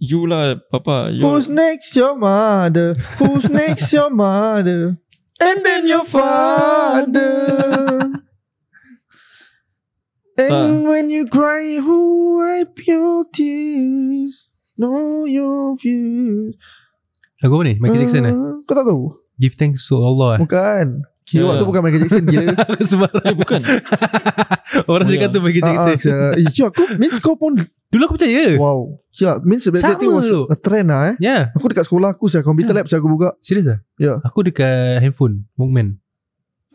Speaker 2: You lah Papa you.
Speaker 1: Who's next your mother? Who's next your mother? And then your father. And
Speaker 3: Ah.
Speaker 1: when you cry, who wipe your tears? Know your views.
Speaker 3: Lagu apa ni Michael Jackson eh
Speaker 1: Ah, Kau tak tahu?
Speaker 3: Give thanks to Allah eh
Speaker 1: Bukan. Kira
Speaker 2: Ya.
Speaker 1: tu bukan Michael Jackson gila.
Speaker 3: Aku sembarang
Speaker 2: Eh bukan
Speaker 3: Orang
Speaker 2: Oh,
Speaker 3: cakap
Speaker 2: ya.
Speaker 3: tu Michael
Speaker 1: Ah, ah,
Speaker 3: Jackson
Speaker 1: sia. Eh, Kira aku means kau pun
Speaker 3: Dulu aku percaya
Speaker 1: wow. Kira means that
Speaker 3: Sama Hmm.
Speaker 1: thing was
Speaker 3: tu.
Speaker 1: a trend lah eh.
Speaker 3: Ya
Speaker 1: Aku dekat sekolah aku saya computer lab saya aku buka.
Speaker 3: Serius lah
Speaker 1: Ya.
Speaker 3: Aku dekat handphone Walkman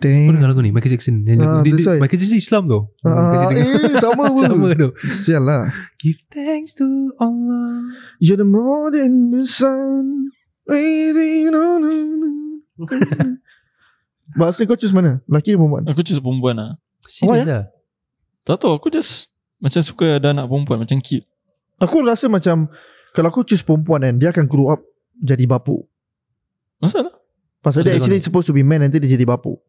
Speaker 3: Kau
Speaker 1: Dang.
Speaker 3: dengar lagu ni Michael Jackson Yang lagu
Speaker 1: Ah,
Speaker 3: dia-
Speaker 1: that's
Speaker 3: dia-
Speaker 1: why.
Speaker 3: Michael Jackson Islam tau Michael
Speaker 1: Ah,
Speaker 3: Jackson Hmm, dengar.
Speaker 1: eh sama pun.
Speaker 3: Sama tu
Speaker 1: Sial lah.
Speaker 3: Give thanks to Allah
Speaker 1: You're the more than the sun Waiting on But asli kau choose mana? Lelaki ke perempuan?
Speaker 3: Hmm.
Speaker 2: Aku cuma perempuan lah
Speaker 1: ya?
Speaker 3: Serius lah
Speaker 2: Tak tahu aku just Macam suka ada anak perempuan Macam cute
Speaker 1: Aku rasa macam Kalau aku choose perempuan kan Dia akan grow up Jadi bapuk
Speaker 2: Masalah
Speaker 1: Pasal dia
Speaker 3: Betul
Speaker 1: actually supposed to be man Nanti dia jadi bapuk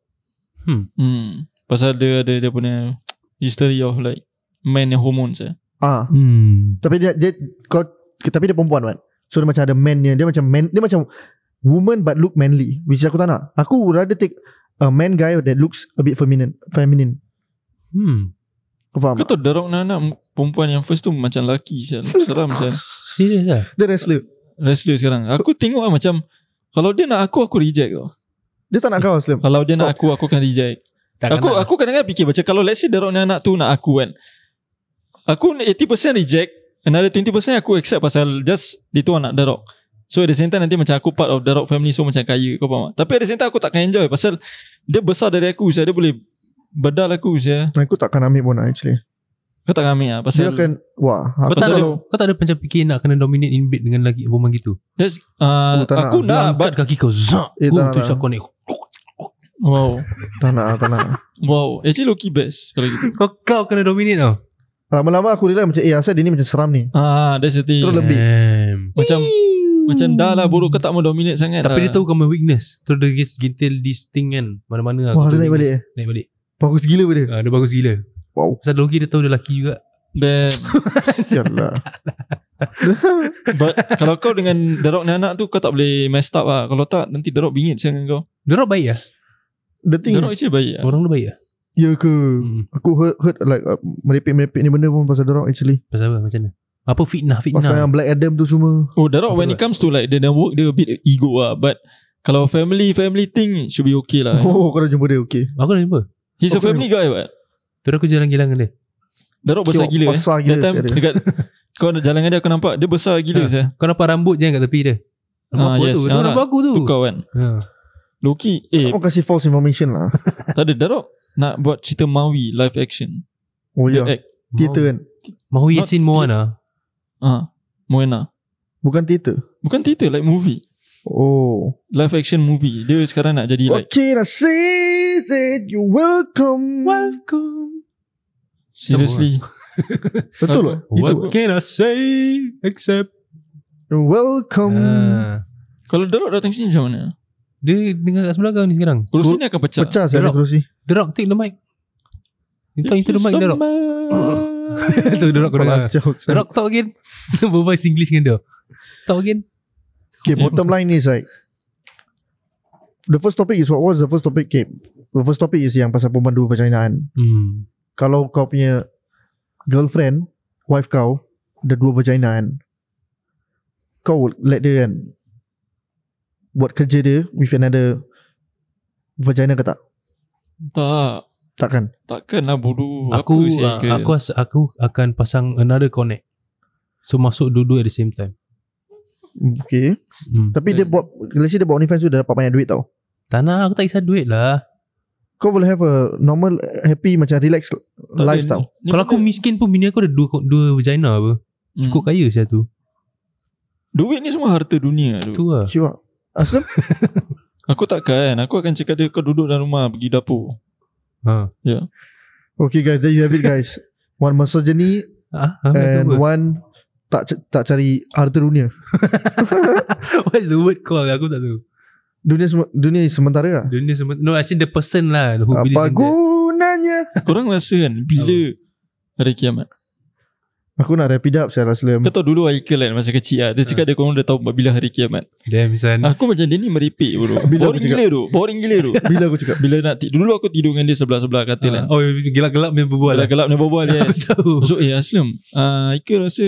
Speaker 2: hmm. Pasal dia ada dia punya History of like Man yang hormones eh.
Speaker 1: Ah,
Speaker 3: Hmm
Speaker 1: Tapi dia, dia kau, Tapi dia perempuan kan So dia macam ada mannya Dia macam man, Dia macam Woman but look manly Which is aku tak nak Aku would rather take A man guy that looks A bit feminine Feminine
Speaker 3: Hmm
Speaker 1: Kau faham?
Speaker 2: Kau
Speaker 1: tak?
Speaker 2: tahu dorong anak Perempuan yang first tu Macam lelaki sial. Seram sial.
Speaker 3: Serius lah
Speaker 1: Dia wrestler
Speaker 2: Wrestler sekarang Aku tengok lah macam Kalau dia nak aku Aku reject tau
Speaker 1: Dia tak nak kau Aslam
Speaker 2: Kalau dia nak aku Aku akan reject aku aku kadang-kadang fikir macam kalau let's say dorang ni anak tu nak aku kan. Aku 80% reject, another 20% aku accept pasal just dia tu anak Darok. So at the same time nanti macam aku part of Darok family so macam kaya kau faham tak? Tapi at the same time aku takkan enjoy pasal dia besar dari aku saya dia boleh bedal aku saya.
Speaker 1: Aku takkan ambil pun actually
Speaker 2: Kau tak ambil lah pasal
Speaker 1: Dia akan Wah
Speaker 3: kau
Speaker 1: Aku
Speaker 3: tak,
Speaker 2: pasal
Speaker 3: ada,
Speaker 1: kalau
Speaker 2: dia-
Speaker 3: kau tak ada macam fikir nak kena dominate in bed dengan lagi perempuan gitu.
Speaker 2: that's,
Speaker 1: Oh,
Speaker 2: uh,
Speaker 1: tak nak.
Speaker 2: aku
Speaker 3: Dia
Speaker 2: nak
Speaker 3: angkat
Speaker 2: but
Speaker 3: kaki kau zak.
Speaker 1: Eh,
Speaker 3: Eh, oh,
Speaker 1: tak
Speaker 3: tu
Speaker 1: nak.
Speaker 3: isap kau naik.
Speaker 2: wow
Speaker 1: Tak nak Tak nak
Speaker 2: wow actually Loki best kalau gitu.
Speaker 3: Kau kau kena dominate tau.
Speaker 1: Ah, Lama-lama aku relax macam Eh asal dia ni macam seram ni
Speaker 2: Ah that's the thing.
Speaker 1: Terus lebih
Speaker 3: Damn.
Speaker 2: Macam macam dah lah bodoh kau tak mau dominate sangat
Speaker 3: Tapi dia
Speaker 2: lah.
Speaker 3: tahu kau main weakness. Terus dia gets gentil this thing kan. Mana-mana
Speaker 1: Wah dia
Speaker 3: aku tu
Speaker 1: naik balik
Speaker 3: weakness.
Speaker 1: eh
Speaker 3: Naik balik.
Speaker 1: Bagus gila pun dia
Speaker 3: Ah, dia bagus gila.
Speaker 1: Wow
Speaker 3: Pasal Loki dia tahu dia lelaki juga.
Speaker 2: Then
Speaker 1: Sial lah
Speaker 2: But kalau kau dengan Darok ni anak tu kau tak boleh messed up lah. Kalau tak nanti Darok bingit saya dengan kau.
Speaker 3: Dia orang baik lah.
Speaker 1: The thing
Speaker 2: Darok
Speaker 1: is
Speaker 2: actually baik lah.
Speaker 3: Orang dia baik lah.
Speaker 1: Ya ke
Speaker 3: Hmm.
Speaker 1: Aku heard, heard like uh, Merepek-merepek ni benda pun Pasal dorang actually
Speaker 3: Pasal apa? Macam mana? Apa fitnah? Fitnah.
Speaker 1: Pasal yang Black Adam tu semua
Speaker 2: Oh Darok when it comes to like the network dia a bit ego lah. But kalau family family thing should be okay lah.
Speaker 1: Oh kau dah jumpa dia Okay
Speaker 3: Aku dah jumpa.
Speaker 2: He's a
Speaker 1: okay.
Speaker 2: family guy but
Speaker 3: Terus aku jalan gilang dengan dia.
Speaker 2: Darok besar
Speaker 1: Kiwak
Speaker 2: gila eh.
Speaker 1: Besar gila
Speaker 2: That time
Speaker 1: sial dia.
Speaker 2: dekat kau nak jalan dengan dia aku nampak dia besar
Speaker 3: Ha.
Speaker 2: gila saya.
Speaker 3: Kau nampak rambut je kan kat tepi dia. Rambut
Speaker 2: Ah,
Speaker 3: aku
Speaker 2: yes.
Speaker 3: tu. Dia
Speaker 2: Ah,
Speaker 3: rambut aku tu.
Speaker 2: Tu kau kan.
Speaker 3: Ha.
Speaker 2: Loki eh
Speaker 1: Kau kasih false information lah
Speaker 2: tak ada Darok nak buat cerita Maui live action.
Speaker 1: Oh
Speaker 2: Dia
Speaker 1: ya
Speaker 2: act.
Speaker 1: Theater kan
Speaker 3: Mahu
Speaker 2: Not
Speaker 3: Yasin Moana.
Speaker 2: Ah. Moana.
Speaker 1: Bukan theater
Speaker 2: Bukan cerita like movie.
Speaker 1: Oh
Speaker 2: Live action movie. Dia sekarang nak jadi like
Speaker 1: What can I say That you're welcome
Speaker 3: Welcome.
Speaker 2: Seriously
Speaker 1: Betul lah Itu
Speaker 3: What can I say Except
Speaker 1: Welcome
Speaker 3: Ah.
Speaker 2: Kalau Derok datang sini macam mana
Speaker 3: Dia dengar kat sebelah kau ni sekarang
Speaker 2: Kerusi ni akan pecah
Speaker 1: Pecah saya
Speaker 3: Derok.
Speaker 1: kerusi
Speaker 3: The Rock take the mic You talk into the mic The Rock Tu The Rock kau dengar
Speaker 1: Kacau
Speaker 3: The Rock talk again Bervoice English dengan dia Talk again
Speaker 1: Okay, bottom line is like the first topic is what was the first topic okay, the first topic is yang pasal perempuan dua berjinaan.
Speaker 3: hmm.
Speaker 1: Kalau kau punya girlfriend, wife kau, ada dua berjinaan, kau would let dia kan buat kerja dia with another vagina ke tak?
Speaker 2: Tak
Speaker 1: Takkan.
Speaker 2: Takkan lah bodoh
Speaker 3: Aku
Speaker 2: Apa saya
Speaker 3: ah,
Speaker 2: ke?
Speaker 3: aku as- aku akan pasang another connect So masuk dua-dua at the same time
Speaker 1: Okay.
Speaker 3: hmm.
Speaker 1: Tapi dia buat, let's say dia buat OnlyFans tu dia dapat banyak duit tau.
Speaker 3: Tak nak aku tak kisah duit lah
Speaker 1: Kau boleh have a normal, happy, macam relax
Speaker 2: Tak
Speaker 1: life
Speaker 2: ada.
Speaker 1: tau.
Speaker 2: Ni
Speaker 3: Kalau
Speaker 2: benda-
Speaker 3: aku miskin pun bini aku ada dua, dua vagina apa
Speaker 2: Hmm.
Speaker 3: Cukup kaya saya tu
Speaker 2: Duit ni semua harta dunia tu.
Speaker 3: Tu lah
Speaker 1: Sure. Aslam,
Speaker 2: Aku takkan Aku akan cakap dia Kau duduk dalam rumah Pergi dapur
Speaker 3: ha.
Speaker 1: Okay guys, there you have it guys. One misogyny
Speaker 3: Ah, ah,
Speaker 1: and
Speaker 3: apa?
Speaker 1: one tak c- tak cari harta dunia.
Speaker 3: What's the word called Aku tak tahu
Speaker 1: Dunia sem- dunia is sementara lah.
Speaker 3: Dunia semua No actually the person lah Who believes
Speaker 1: Apa
Speaker 3: in that
Speaker 1: gunanya?
Speaker 2: Korang rasa kan Bila Hari kiamat
Speaker 1: Aku nak wrap it up saya Aslam.
Speaker 2: Kau tahu dulu Haikal kan Masa kecil lah
Speaker 3: Ha.
Speaker 2: Dia cakap dia korang dah tahu Bila hari kiamat
Speaker 3: Damn son
Speaker 2: Aku macam dia ni meripik bro
Speaker 1: Bila aku
Speaker 2: Boring gila tu Boring gila tu
Speaker 1: Bila aku cakap
Speaker 2: Bila nak tidur Dulu aku tidur dengan dia Sebelah-sebelah katil kan
Speaker 3: Oh gelap-gelap dia berbual lah
Speaker 2: Bila gelap dia berbual
Speaker 3: Aku
Speaker 2: yes
Speaker 3: tahu
Speaker 2: So eh Aslam ah, Haikal rasa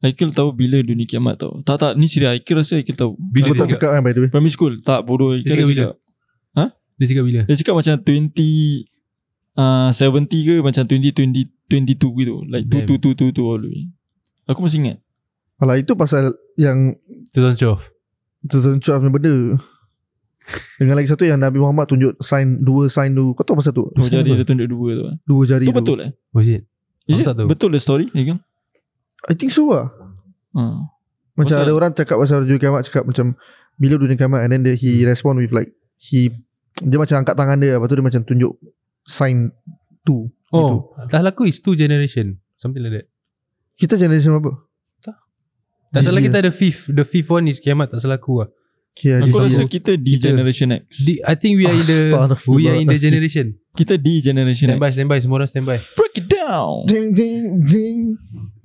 Speaker 2: Haikal tahu bila dunia kiamat tau Tak tak ni serius Haikal rasa Haikal tahu
Speaker 3: Bila
Speaker 1: Aku
Speaker 3: dia
Speaker 1: tak
Speaker 3: cakap
Speaker 1: cakap kan by the way.
Speaker 2: Primary school Tak bodoh Haikal
Speaker 3: Dia cakap
Speaker 2: dah
Speaker 3: bila? Dia cakap bila
Speaker 2: Dia cakap macam 20 uh, 70 ke Macam 20 20 22 gitu Like 2
Speaker 3: Damn.
Speaker 2: 2 2 2 2 all the way Aku masih ingat
Speaker 1: Alah itu pasal yang
Speaker 3: 2012
Speaker 1: tertentu punya benda. Dengan lagi satu yang Nabi Muhammad tunjuk sign dua sign tu. Kau tahu pasal tu?
Speaker 2: Dua jari
Speaker 1: Pasal
Speaker 2: dia tunjuk dua tu
Speaker 1: apa? Dua jari
Speaker 2: Itu
Speaker 1: tu.
Speaker 2: betul eh
Speaker 3: Was Oh, it
Speaker 2: Is
Speaker 3: Aku
Speaker 2: it
Speaker 3: tak tahu.
Speaker 2: betul the story Haikal
Speaker 1: I think so lah.
Speaker 2: ha.
Speaker 1: Macam
Speaker 2: Pasal-
Speaker 1: ada orang cakap pasal dunia kiamat cakap macam bila dunia kiamat and then dia, he respond with like he dia macam angkat tangan dia lepas tu dia macam tunjuk sign tu.
Speaker 3: Oh Dah laku is two generation Something like that
Speaker 1: Kita generation apa?
Speaker 3: Tak salah
Speaker 1: Gigi.
Speaker 3: kita ada fifth The fifth one is kiamat Tak salah aku lah
Speaker 1: Okay,
Speaker 2: Aku
Speaker 1: jadi-
Speaker 2: rasa kita di
Speaker 3: Kita-
Speaker 2: Generation X
Speaker 3: The- I think we are in the
Speaker 1: Astaghfirullah.
Speaker 3: We are in the generation
Speaker 2: Kita di Generation
Speaker 3: Stand
Speaker 2: X
Speaker 3: by stand by Semua orang stand by
Speaker 2: Break it down
Speaker 1: Ding ding ding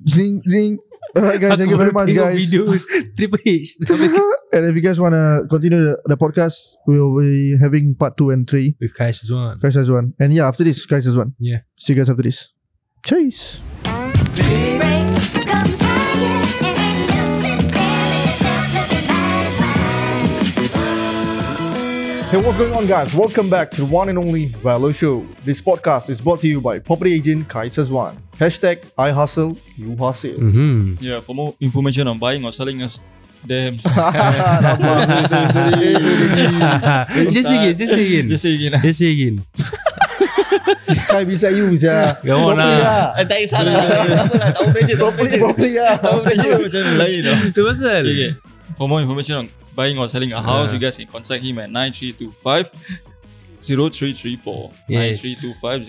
Speaker 1: ding ding. Alright guys, thank you very much guys.
Speaker 3: video Triple H Sampai skip
Speaker 1: And if you guys wanna continue the, the podcast, we'll be having part two and three.
Speaker 3: With Cash Zuan
Speaker 1: Guys as one. And yeah, after this, guys as one.
Speaker 3: Yeah.
Speaker 1: See you guys after this. Chase.
Speaker 9: comes higher and melts and balances out nothing but fire.
Speaker 1: Hey, what's going on, guys? Welcome back to the one and only Valo Show. This podcast is brought to you by property agent Kai Sazwan. Hashtag I hustle, you hustle.
Speaker 3: mm-hmm.
Speaker 2: Yeah Ya, for more information on buying or selling us Damn
Speaker 1: Nampak aku sorry.
Speaker 3: Just say again Just say again
Speaker 2: Just say again lah.
Speaker 3: Just say again
Speaker 1: Kai bisa you sia.
Speaker 3: Come on
Speaker 1: Properly
Speaker 3: lah.
Speaker 7: Ah, Tak kisah lah Tak apa lah Tahu benda je Tahu
Speaker 1: Properly,
Speaker 7: benda je
Speaker 1: properly lah.
Speaker 2: Tahu benda macam lain tau
Speaker 3: Itu pasal
Speaker 2: Okay, okay. For more information on buying or selling a
Speaker 3: Ah.
Speaker 2: house, you guys can contact him at 9325 0334.
Speaker 3: Yes.
Speaker 2: 9325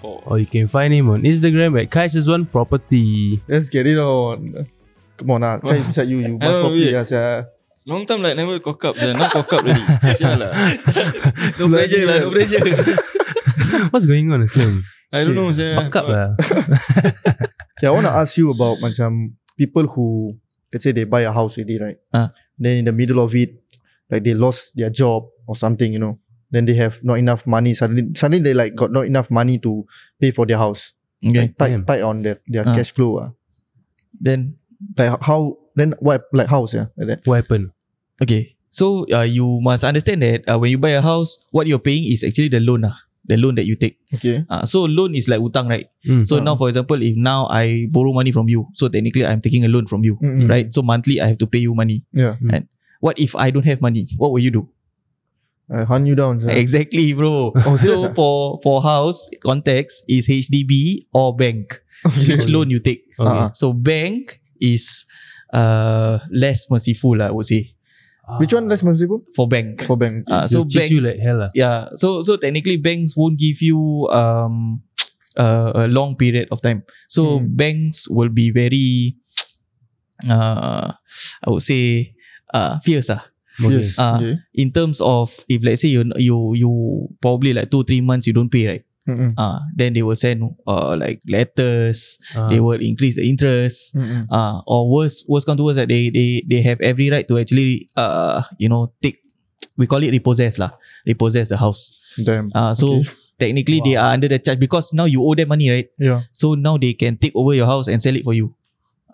Speaker 2: 0334.
Speaker 3: Or Oh, you can find him on Instagram at Kai Shazwan Property.
Speaker 1: Let's get it on. Come on lah. Kai bisa you, you must
Speaker 2: Oh,
Speaker 1: properly
Speaker 2: wait.
Speaker 1: lah sia.
Speaker 2: Long time like never cock up, sia. Now cock up already. Sial lah.
Speaker 3: No pressure lah, no pressure. What's going on, Islam?
Speaker 2: I don't know, sia.
Speaker 3: Buck up lah.
Speaker 1: Okay, I want to ask you about macam people who, let's say they buy a house already, right?
Speaker 2: Ah.
Speaker 1: Then in the middle of it, like they lost their job or something, you know. Then they have not enough money. Suddenly, suddenly they like got not enough money to pay for their house.
Speaker 2: Okay.
Speaker 1: Like tight,
Speaker 3: Damn.
Speaker 1: tight on their, their
Speaker 2: Ah.
Speaker 1: cash flow. Ah,
Speaker 8: Then
Speaker 1: Like how, then what, like house, yeah, like that.
Speaker 3: What happened?
Speaker 8: okay, so uh, you must understand that uh, when you buy a house, what you're paying is actually the loan lah, the loan that you take.
Speaker 1: Okay.
Speaker 8: Uh, so loan is like utang, right?
Speaker 3: Mm.
Speaker 8: So now, for example, if now I borrow money from you, so technically I'm taking a loan from you,
Speaker 1: Mm-mm.
Speaker 8: right? So monthly I have to pay you money.
Speaker 1: Yeah.
Speaker 3: Mm.
Speaker 8: Right? What if I don't have money? What will you do?
Speaker 1: I hunt you down. sia.
Speaker 8: Exactly, bro.
Speaker 1: Oh, serious ah?
Speaker 8: so for for house context is HDB or bank, which loan you take.
Speaker 3: Okay.
Speaker 1: Ah,
Speaker 8: Uh, so bank is uh less merciful, I would say,
Speaker 1: ah. Which one less merciful?
Speaker 8: for bank.
Speaker 1: For bank.
Speaker 8: Uh,
Speaker 3: So
Speaker 8: so
Speaker 3: cheat
Speaker 8: banks,
Speaker 3: you like hell lah.
Speaker 8: yeah. So so technically banks won't give you um uh, a long period of time. So
Speaker 1: Hmm.
Speaker 8: banks will be very, uh, I would say, uh, fierce ah.
Speaker 1: Yes.
Speaker 8: Ah.
Speaker 1: okay.
Speaker 8: In terms of if let's say you you you probably like two three months you don't pay right,
Speaker 1: Mm-mm.
Speaker 8: ah then they will send uh, like letters.
Speaker 3: Ah.
Speaker 8: They will increase the interest.
Speaker 1: Mm-mm.
Speaker 8: Uh, or worse, worse come to worse, like they they they have every right to actually uh you know take we call it repossess lah, repossess the house.
Speaker 1: Damn.
Speaker 8: Uh, so
Speaker 1: Okay.
Speaker 8: technically they are under the charge because now you owe them money, right?
Speaker 1: Yeah.
Speaker 8: So now they can take over your house and sell it for you.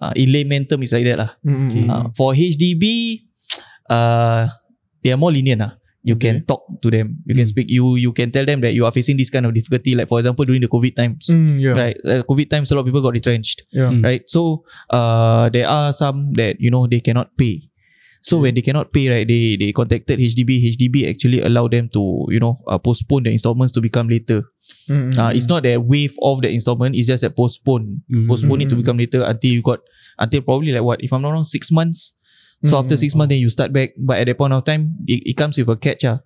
Speaker 8: Uh, in layman term, it's like that lah.
Speaker 1: Mm-mm.
Speaker 8: Uh, for HDB, uh, they are more lenient lah. You can talk to them. You can speak. You you can tell them that you are facing this kind of difficulty. Like for example, during the COVID times,
Speaker 1: Mm, yeah.
Speaker 8: right? Uh, COVID times, a lot of people got retrenched
Speaker 1: Yeah.
Speaker 3: Mm.
Speaker 8: right so uh there are some that you know they cannot pay so when they cannot pay right they they contacted HDB HDB actually allow them to you know uh, postpone the installments to become later
Speaker 1: Mm-mm.
Speaker 8: uh, it's not that waive off the installment it's just that postpone
Speaker 3: Mm.
Speaker 8: postpone it to
Speaker 1: Mhm.
Speaker 8: become later until you got until probably like what if I'm not wrong 6 months so after
Speaker 1: Hmm, Mm-hmm.
Speaker 8: 6 months then you start back but at that point of time it, it comes with a catch ah.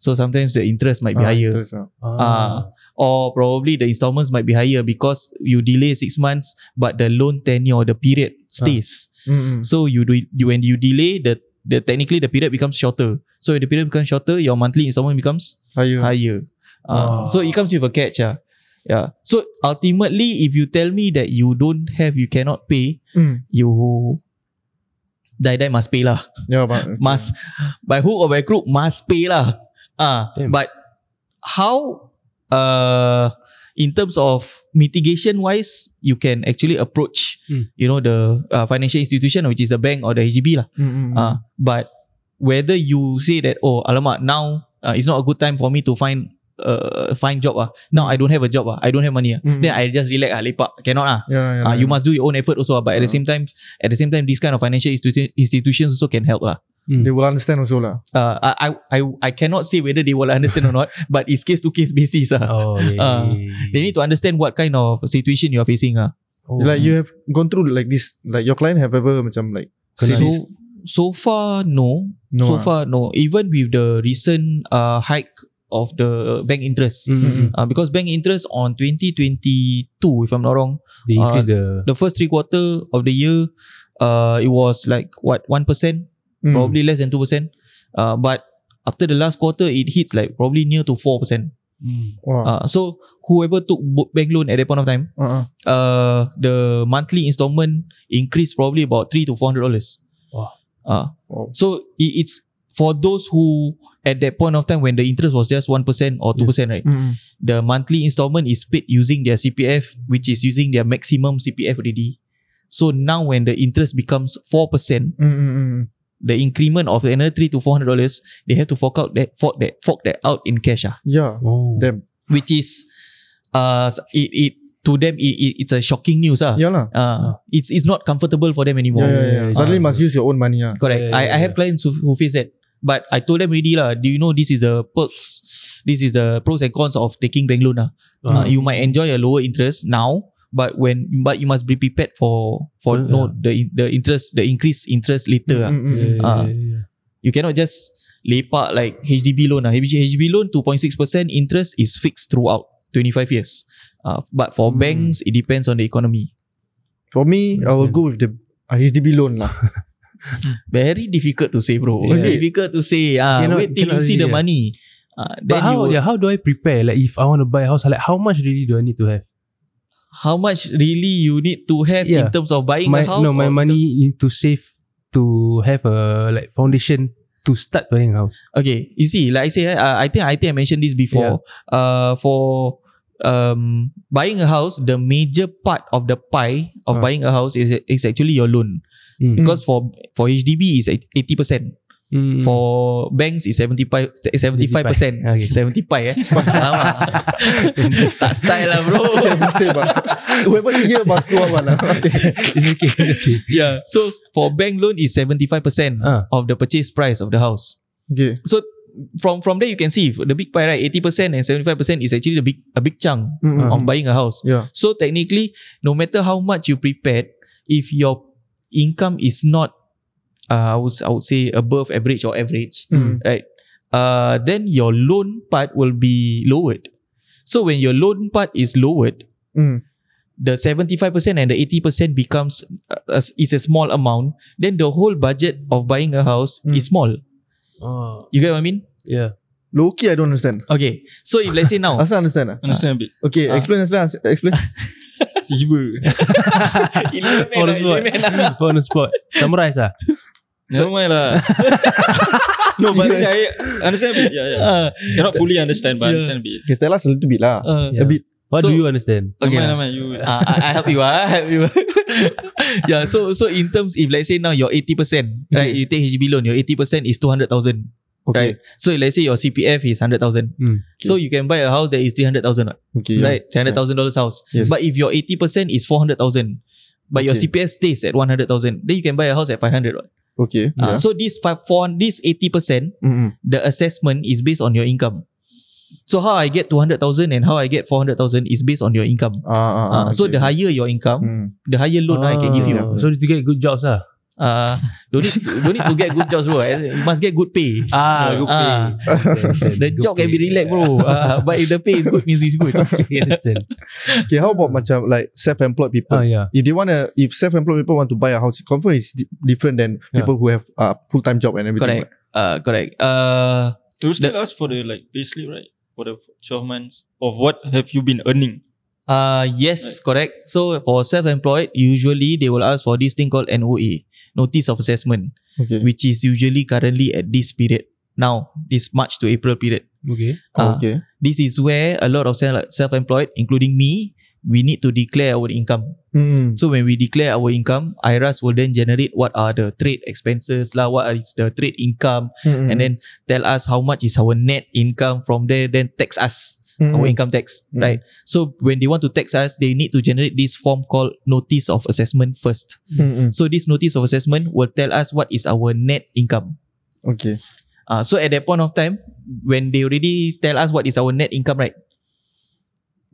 Speaker 8: so sometimes the interest might be
Speaker 1: Ah,
Speaker 8: higher
Speaker 1: terus ah.
Speaker 8: Ah, or probably the installments might be higher because you delay six months, but the loan tenure or the period
Speaker 1: Ah.
Speaker 8: stays.
Speaker 1: Mm-mm.
Speaker 8: So you do you, when you delay the the technically the period becomes shorter. So when the period becomes shorter, your monthly installment becomes
Speaker 1: Higher.
Speaker 8: higher. Ah,
Speaker 1: Wow.
Speaker 8: So it comes with a catch. ah. Yeah. So ultimately, if you tell me that you don't have, you cannot pay,
Speaker 1: Mm.
Speaker 8: you die die must pay lah
Speaker 1: Yeah, but
Speaker 8: must by hook or by crook must pay lah. Ah,
Speaker 3: Damn.
Speaker 8: but how uh in terms of mitigation wise, you can actually approach
Speaker 3: Hmm.
Speaker 8: you know the uh, financial institution which is the bank or the HDB lah.
Speaker 3: Hmm.
Speaker 1: Mm-mm.
Speaker 8: Ah, but whether you say that oh alamak now uh, it's not a good time for me to find uh find job ah. Now I don't have a job ah. I don't have money ah.
Speaker 3: Hmm.
Speaker 1: Mm.
Speaker 8: Then I just relax ah lepak cannot ah.
Speaker 1: yeah, yeah,
Speaker 8: Ah,
Speaker 1: yeah.
Speaker 8: you must do your own effort also ah. but at the
Speaker 1: Ah.
Speaker 8: same time at the same time these kind of financial institu- institutions also can help lah
Speaker 1: They will understand also lah.
Speaker 8: uh, I, I I I cannot say whether they will understand or not, but it's case to case basis. ah.
Speaker 3: oh, yeah,
Speaker 8: Ah,
Speaker 3: yeah, yeah, yeah.
Speaker 8: They need to understand what kind of situation you are facing. ah.
Speaker 3: oh,
Speaker 1: Like you have gone through like this, like your client have ever macam like say this?
Speaker 8: So so far no,
Speaker 1: No, ah.
Speaker 8: so far no. Even with the recent uh, hike of the bank interest,
Speaker 3: Mm, mm, mm.
Speaker 8: uh, because bank interest on 2022, if I'm not wrong,
Speaker 3: they
Speaker 8: uh,
Speaker 3: increase the
Speaker 8: the first three quarter of the year, uh, it was like what one percent,
Speaker 1: Mm.
Speaker 8: probably less than two percent, uh, but after the last quarter, it hits like probably near to four percent.
Speaker 3: Mm.
Speaker 1: Wah.
Speaker 8: Uh, so whoever took bo- bank loan at that point of time,
Speaker 1: Uh-uh.
Speaker 8: uh, the monthly installment increased probably about three to four hundred dollars.
Speaker 3: Wow.
Speaker 8: Uh,
Speaker 1: Wow.
Speaker 8: so i- it's for those who at that point of time when the interest was just one percent or two percent, right?
Speaker 1: Mm-mm.
Speaker 8: The monthly installment is paid using their CPF, which is using their maximum CPF already. So now when the interest becomes four percent,
Speaker 1: Mm-mm.
Speaker 8: the increment of another three to four hundred dollars, they have to fork out that fork that fork that out in cash. Ah
Speaker 1: Yeah.
Speaker 3: oh.
Speaker 1: That-
Speaker 8: which is uh s- it, it to them it, it, it's a shocking news ah. Oh,
Speaker 1: Yeah lah.
Speaker 8: Uh, it's it's not comfortable for them
Speaker 1: Yeah,
Speaker 8: anymore.
Speaker 1: yeah, yeah.
Speaker 3: yeah,
Speaker 1: Suddenly
Speaker 3: yeah.
Speaker 1: must use your own money ah.
Speaker 8: Correct.
Speaker 3: Yeah, yeah,
Speaker 8: I, I
Speaker 3: yeah.
Speaker 8: have clients who, who face that. But I told them already lah. Do you know this is the perks? This is the pros and cons of taking bank loan ah.
Speaker 3: Ah,
Speaker 8: Uh, you might enjoy a lower interest now, but when but you must be prepared for for
Speaker 3: Yeah.
Speaker 8: no the the interest the increased interest later ah.
Speaker 1: Mm-mm.
Speaker 3: yeah, yeah,
Speaker 8: ah.
Speaker 3: yeah, yeah.
Speaker 8: You cannot just lepak like HDB loan. Ah. HDB, HDB loan 2.6% interest is fixed throughout 25 years. Uh, but for
Speaker 3: Hmm.
Speaker 8: banks, it depends on the economy.
Speaker 1: For me, I will go with the uh, HDB loan lah.
Speaker 8: Very difficult to say, bro.
Speaker 3: Yeah.
Speaker 8: Very difficult to say. Ah,
Speaker 3: Cannot-
Speaker 8: wait till you
Speaker 3: cannot
Speaker 8: see
Speaker 3: really,
Speaker 8: the
Speaker 3: yeah.
Speaker 8: money. Uh, then
Speaker 3: But how
Speaker 8: you,
Speaker 3: yeah, how do I prepare? Like if I want to buy a house, like how much really do I need to have?
Speaker 8: how much really you need to have in
Speaker 3: Yeah.
Speaker 8: terms of buying
Speaker 3: My,
Speaker 8: a house?
Speaker 3: no, my
Speaker 8: or in
Speaker 3: money
Speaker 8: terms-
Speaker 3: need to save to have a like foundation to start buying a house.
Speaker 8: Okay, you see, like I say, uh, I think I think I mentioned this before. Uh, for um buying a house, the major part of the pie of
Speaker 3: Ah.
Speaker 8: buying a house is is actually your loan.
Speaker 3: Mm.
Speaker 8: because for for HDB is eighty percent,
Speaker 3: Mm.
Speaker 8: for banks is 75 75 percent,
Speaker 3: Okay.
Speaker 8: seventy five eh. Lama. tak style lah bro.
Speaker 1: Same, same ah. Whoever here must go up lah.
Speaker 3: it's okay, it's okay.
Speaker 8: yeah. So for bank loan is seventy five percent
Speaker 3: Ah.
Speaker 8: of the purchase price of the house.
Speaker 1: Okay.
Speaker 8: From from there you can see the big pie right, eighty percent and seventy five percent is actually the big a big chunk
Speaker 1: Mm-mm.
Speaker 3: Mm.
Speaker 8: of buying a house.
Speaker 1: Mm-hmm. Yeah.
Speaker 8: So technically, no matter how much you prepared, if your income is not, uh, I would I would say above average or average,
Speaker 1: Mm.
Speaker 8: uh, then your loan part will be lowered. So when your loan part is lowered,
Speaker 1: Mm.
Speaker 8: the 75% and the 80% becomes uh, as- is a small amount, then the whole budget of buying a house
Speaker 1: Mm.
Speaker 8: is small.
Speaker 3: Oh,
Speaker 8: You get what I mean?
Speaker 3: yeah.
Speaker 1: Low key, I don't understand.
Speaker 8: Okay. So if let's say now,
Speaker 1: Asal understand lah.
Speaker 2: Understand a bit
Speaker 1: Okay,
Speaker 8: Oh. Ah.
Speaker 1: explain Aslan. Explain.
Speaker 2: Tiba
Speaker 3: On the spot. On the spot. Summarize lah.
Speaker 2: Never mind lah No but yeah, I Understand a bit Yeah yeah
Speaker 8: uh,
Speaker 2: Cannot fully understand But
Speaker 8: Yeah.
Speaker 2: understand a bit
Speaker 1: Okay, tell us a little bit lah.
Speaker 8: uh,
Speaker 1: A
Speaker 3: Yeah.
Speaker 1: bit.
Speaker 3: What do
Speaker 8: So-
Speaker 3: you understand?
Speaker 2: Never mind,
Speaker 8: Okay lah.
Speaker 2: never mind You
Speaker 8: Ah, I, I help you. ah, I help you. yeah. So so in terms, if let's say now you're eighty percent, right? You take HDB loan. Your eighty percent is two hundred thousand.
Speaker 1: Okay. Hmm.
Speaker 8: Right. So if let's say your CPF is hundred thousand.
Speaker 3: Mm.
Speaker 8: So you can buy a house that is three hundred thousand,
Speaker 1: Okay.
Speaker 8: right? Three hundred thousand dollars house.
Speaker 1: Yes.
Speaker 8: But if your eighty percent is four hundred thousand, but your
Speaker 1: Okay.
Speaker 8: CPF stays at one hundred thousand, then you can buy a house at five hundred.
Speaker 1: Okay.
Speaker 8: Uh,
Speaker 1: Yeah. Mm-hmm.
Speaker 8: so this five, for this eighty percent,
Speaker 1: Mm-mm.
Speaker 8: the assessment is based on your income. So how I get two hundred thousand and how I get four hundred thousand is based on your income.
Speaker 1: Ah, ah, ah,
Speaker 8: Uh, so
Speaker 1: okay.
Speaker 8: the higher your income,
Speaker 1: Mm.
Speaker 8: the higher loan I can give you.
Speaker 1: yeah.
Speaker 3: Ah. So you to get good jobs lah.
Speaker 8: Uh, don't need to, don't need to get good jobs bro. You must get good pay.
Speaker 3: Ah,
Speaker 8: good pay. The job can be relaxed
Speaker 3: bro.
Speaker 8: bro. Uh, but if the pay is good means it's good.
Speaker 3: okay, understand.
Speaker 1: Okay, how about macam like self-employed people?
Speaker 3: Oh
Speaker 8: Ah, ya.
Speaker 3: yeah.
Speaker 1: If they wanna, if self-employed people want to buy a house, confirm it's di- different than
Speaker 3: Yeah.
Speaker 1: people who have uh, full-time job and everything.
Speaker 8: correct. Uh, correct. Uh,
Speaker 2: You still ask for the like Payslip right For the 12 months Of what have you been earning
Speaker 8: uh, yes, correct. So for self-employed, usually they will ask for this thing called NOA, Notice of Assessment,
Speaker 1: Okay.
Speaker 8: which is usually currently at this period now, this March to April period.
Speaker 3: Okay.
Speaker 8: Uh,
Speaker 1: okay.
Speaker 8: This is where a lot of sel- self-employed, including me, we need to declare our income.
Speaker 1: Mm.
Speaker 8: So when we declare our income, IRAS will then generate what are the trade expenses lah, what is the trade income,
Speaker 1: Mm-mm.
Speaker 8: and then tell us how much is our net income from there, then tax us
Speaker 1: Mm-mm.
Speaker 8: our income tax,
Speaker 1: Mm.
Speaker 8: right? So when they want to tax us, they need to generate this form called notice of assessment first.
Speaker 1: Mm-mm.
Speaker 8: So this notice of assessment will tell us what is our net income.
Speaker 1: Okay.
Speaker 8: Uh, so at that point of time, when they already tell us what is our net income, right?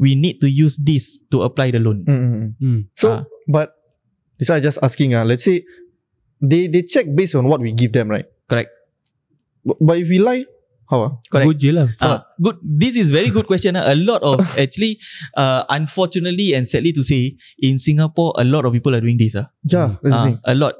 Speaker 8: We need to use this to apply the loan.
Speaker 1: Mm-mm.
Speaker 3: Mm.
Speaker 1: So,
Speaker 8: Ah.
Speaker 1: but Mm-hmm. this I just asking. Ah, let's say they they check based on what we give them, right?
Speaker 8: Correct.
Speaker 1: But, but if we lie, how? ah?
Speaker 8: Correct.
Speaker 3: Good je lah.
Speaker 8: Ah, good. This is very good question. ah. A lot of actually, uh, unfortunately and sadly to say, in Singapore, a lot of people are doing this. ah.
Speaker 1: Yeah, that's the
Speaker 8: Ah,
Speaker 1: thing.
Speaker 8: a lot.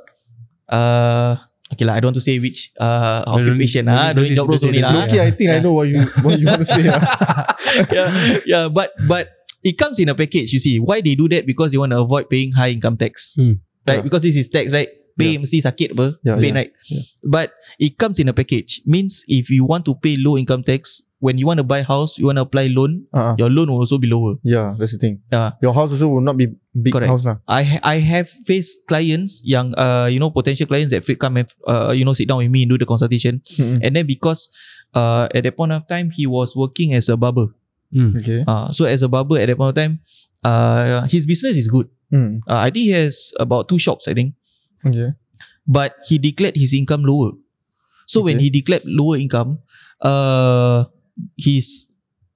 Speaker 8: Uh, okay lah. I don't want to say which uh,
Speaker 3: No, don't-
Speaker 8: occupation.
Speaker 3: don't-
Speaker 8: Ah,
Speaker 3: don't
Speaker 8: doing
Speaker 3: say-
Speaker 8: job roles
Speaker 3: don't
Speaker 8: only
Speaker 3: say-
Speaker 8: lah.
Speaker 3: don't
Speaker 8: ah.
Speaker 1: Okay, I think I
Speaker 8: Yeah.
Speaker 1: know what you what you want to say. ah.
Speaker 8: yeah, yeah. But but it comes in a package. You see why they do that because they want to avoid paying high income tax,
Speaker 3: Hmm.
Speaker 1: Yeah.
Speaker 8: right? Because this is tax, right? Pay mesti sakit apa?
Speaker 1: Yeah,
Speaker 8: pay
Speaker 1: yeah,
Speaker 8: right?
Speaker 1: yeah.
Speaker 8: But it comes in a package. Means if you want to pay low income tax, when you want to buy house, you want to apply loan,
Speaker 1: Ah, ah.
Speaker 8: your loan will also be lower.
Speaker 1: Yeah, that's the thing.
Speaker 8: Yeah.
Speaker 1: Your house also will not be big
Speaker 8: Correct.
Speaker 1: house lah.
Speaker 8: I ha- I have faced clients yang uh, you know potential clients that fit come and uh, you know sit down with me and do the consultation
Speaker 1: Mm-mm.
Speaker 8: and then because uh, at that point of time he was working as a barber
Speaker 3: Mm.
Speaker 1: Okay.
Speaker 8: uh, so as a barber at that point of time uh, his business is good
Speaker 1: Mm.
Speaker 8: uh, I think he has about two shops I think
Speaker 1: Okay.
Speaker 8: but he declared his income lower so when
Speaker 1: Okay.
Speaker 8: he declared lower income uh, his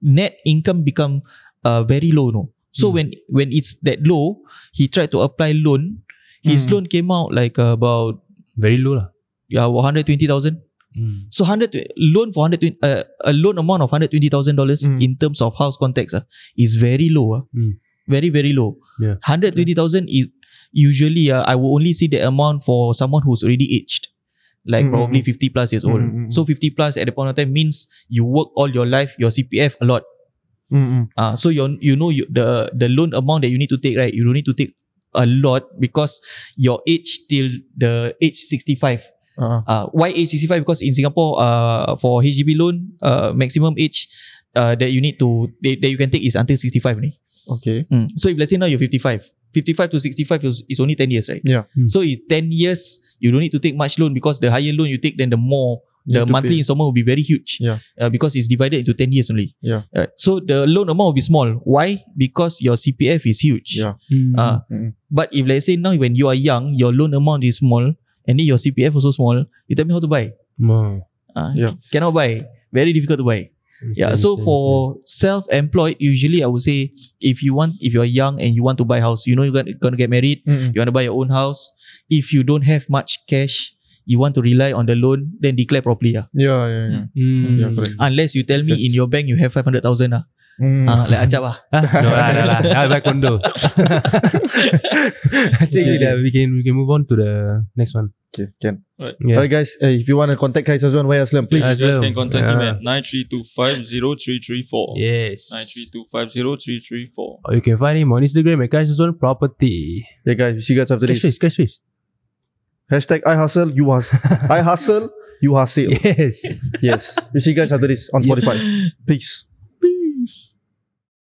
Speaker 8: net income become uh, very low no so
Speaker 3: Hmm.
Speaker 8: when when it's that low he tried to apply loan his
Speaker 1: Hmm.
Speaker 8: loan came out like about
Speaker 3: Very low lah.
Speaker 8: yeah 120,000
Speaker 3: Mm.
Speaker 8: so 100 loan for 120 uh, a loan amount of 120,000 dollars
Speaker 1: Hmm.
Speaker 8: in terms of house context ah, is very low ah.
Speaker 3: Hmm.
Speaker 8: very very low
Speaker 3: Yeah.
Speaker 8: 120,000 is usually ah, I will only see that amount for someone who's already aged like
Speaker 1: Hmm,
Speaker 8: probably
Speaker 1: hmm,
Speaker 8: 50 plus years old
Speaker 1: Hmm, hmm, hmm.
Speaker 8: so 50 plus at the point of time means you work all your life your CPF a lot
Speaker 1: Mm-mm.
Speaker 8: Ah, so you you know you, the the loan amount that you need to take right. You don't need to take a lot because your age till the age 65.
Speaker 1: Ah, ah.
Speaker 8: Uh, why age 65? Because in Singapore, uh, for HDB loan, uh, maximum age uh, that you need to that, that you can take is until 65 ni.
Speaker 1: Okay.
Speaker 8: Mm. So if let's say now you're 55, 55 to 65 is, is only 10 years, right?
Speaker 1: Yeah.
Speaker 3: Mm.
Speaker 8: So in 10 years, you don't need to take much loan because the higher loan you take, then the more
Speaker 1: You
Speaker 8: the
Speaker 1: have to pay.
Speaker 8: monthly installment will be very huge.
Speaker 1: Yeah.
Speaker 8: Uh, because it's divided into 10 years only.
Speaker 1: Yeah.
Speaker 8: Alright. so the loan amount will be small. Why? Because your CPF is huge.
Speaker 1: Yeah.
Speaker 3: Ah.
Speaker 1: Mm-hmm.
Speaker 8: Uh,
Speaker 1: Mm-mm.
Speaker 8: but if let's say now when you are young, your loan amount is small and then your CPF also small, you tell me how to buy.
Speaker 3: Ma.
Speaker 8: Uh,
Speaker 1: Yeah.
Speaker 8: Cannot buy. Very difficult to buy. Yeah. Ya, So for self-employed, usually I would say if you want, if you are young and you want to buy house, you know you're gonna, gonna get married,
Speaker 1: Mm-mm.
Speaker 8: you want to buy your own house. If you don't have much cash, you want to rely on the loan, then declare properly. ah.
Speaker 1: Yeah, yeah, yeah.
Speaker 3: mm.
Speaker 8: Hmm.
Speaker 1: Yeah, correct.
Speaker 8: Unless you tell me
Speaker 1: Makes
Speaker 8: in
Speaker 1: sense.
Speaker 8: your bank you have 500,000 ah.
Speaker 1: Hmm.
Speaker 8: Ah, like acap lah.
Speaker 3: Ha? No lah, dah lah. Dah buy condo. I think
Speaker 1: Okay.
Speaker 3: that we can we can move on to the next one.
Speaker 1: Okay, can.
Speaker 3: Yeah.
Speaker 1: Alright guys, uh, if you want to contact Kai Sazwan, where Aslam, please.
Speaker 3: Yeah.
Speaker 2: You guys
Speaker 3: Azlam.
Speaker 2: can contact him
Speaker 3: Yeah.
Speaker 2: at 93250334.
Speaker 3: Yes.
Speaker 2: 93250334.
Speaker 3: Or you can find him on Instagram at Kai Sazon Property.
Speaker 1: Yeah, guys, we see you guys after this.
Speaker 3: Cash face, cash face.
Speaker 1: Hashtag I hustle, you hustle. I hustle, you hustle.
Speaker 3: Yes.
Speaker 1: Yes. We see you guys after this on Spotify. Peace.
Speaker 2: Peace.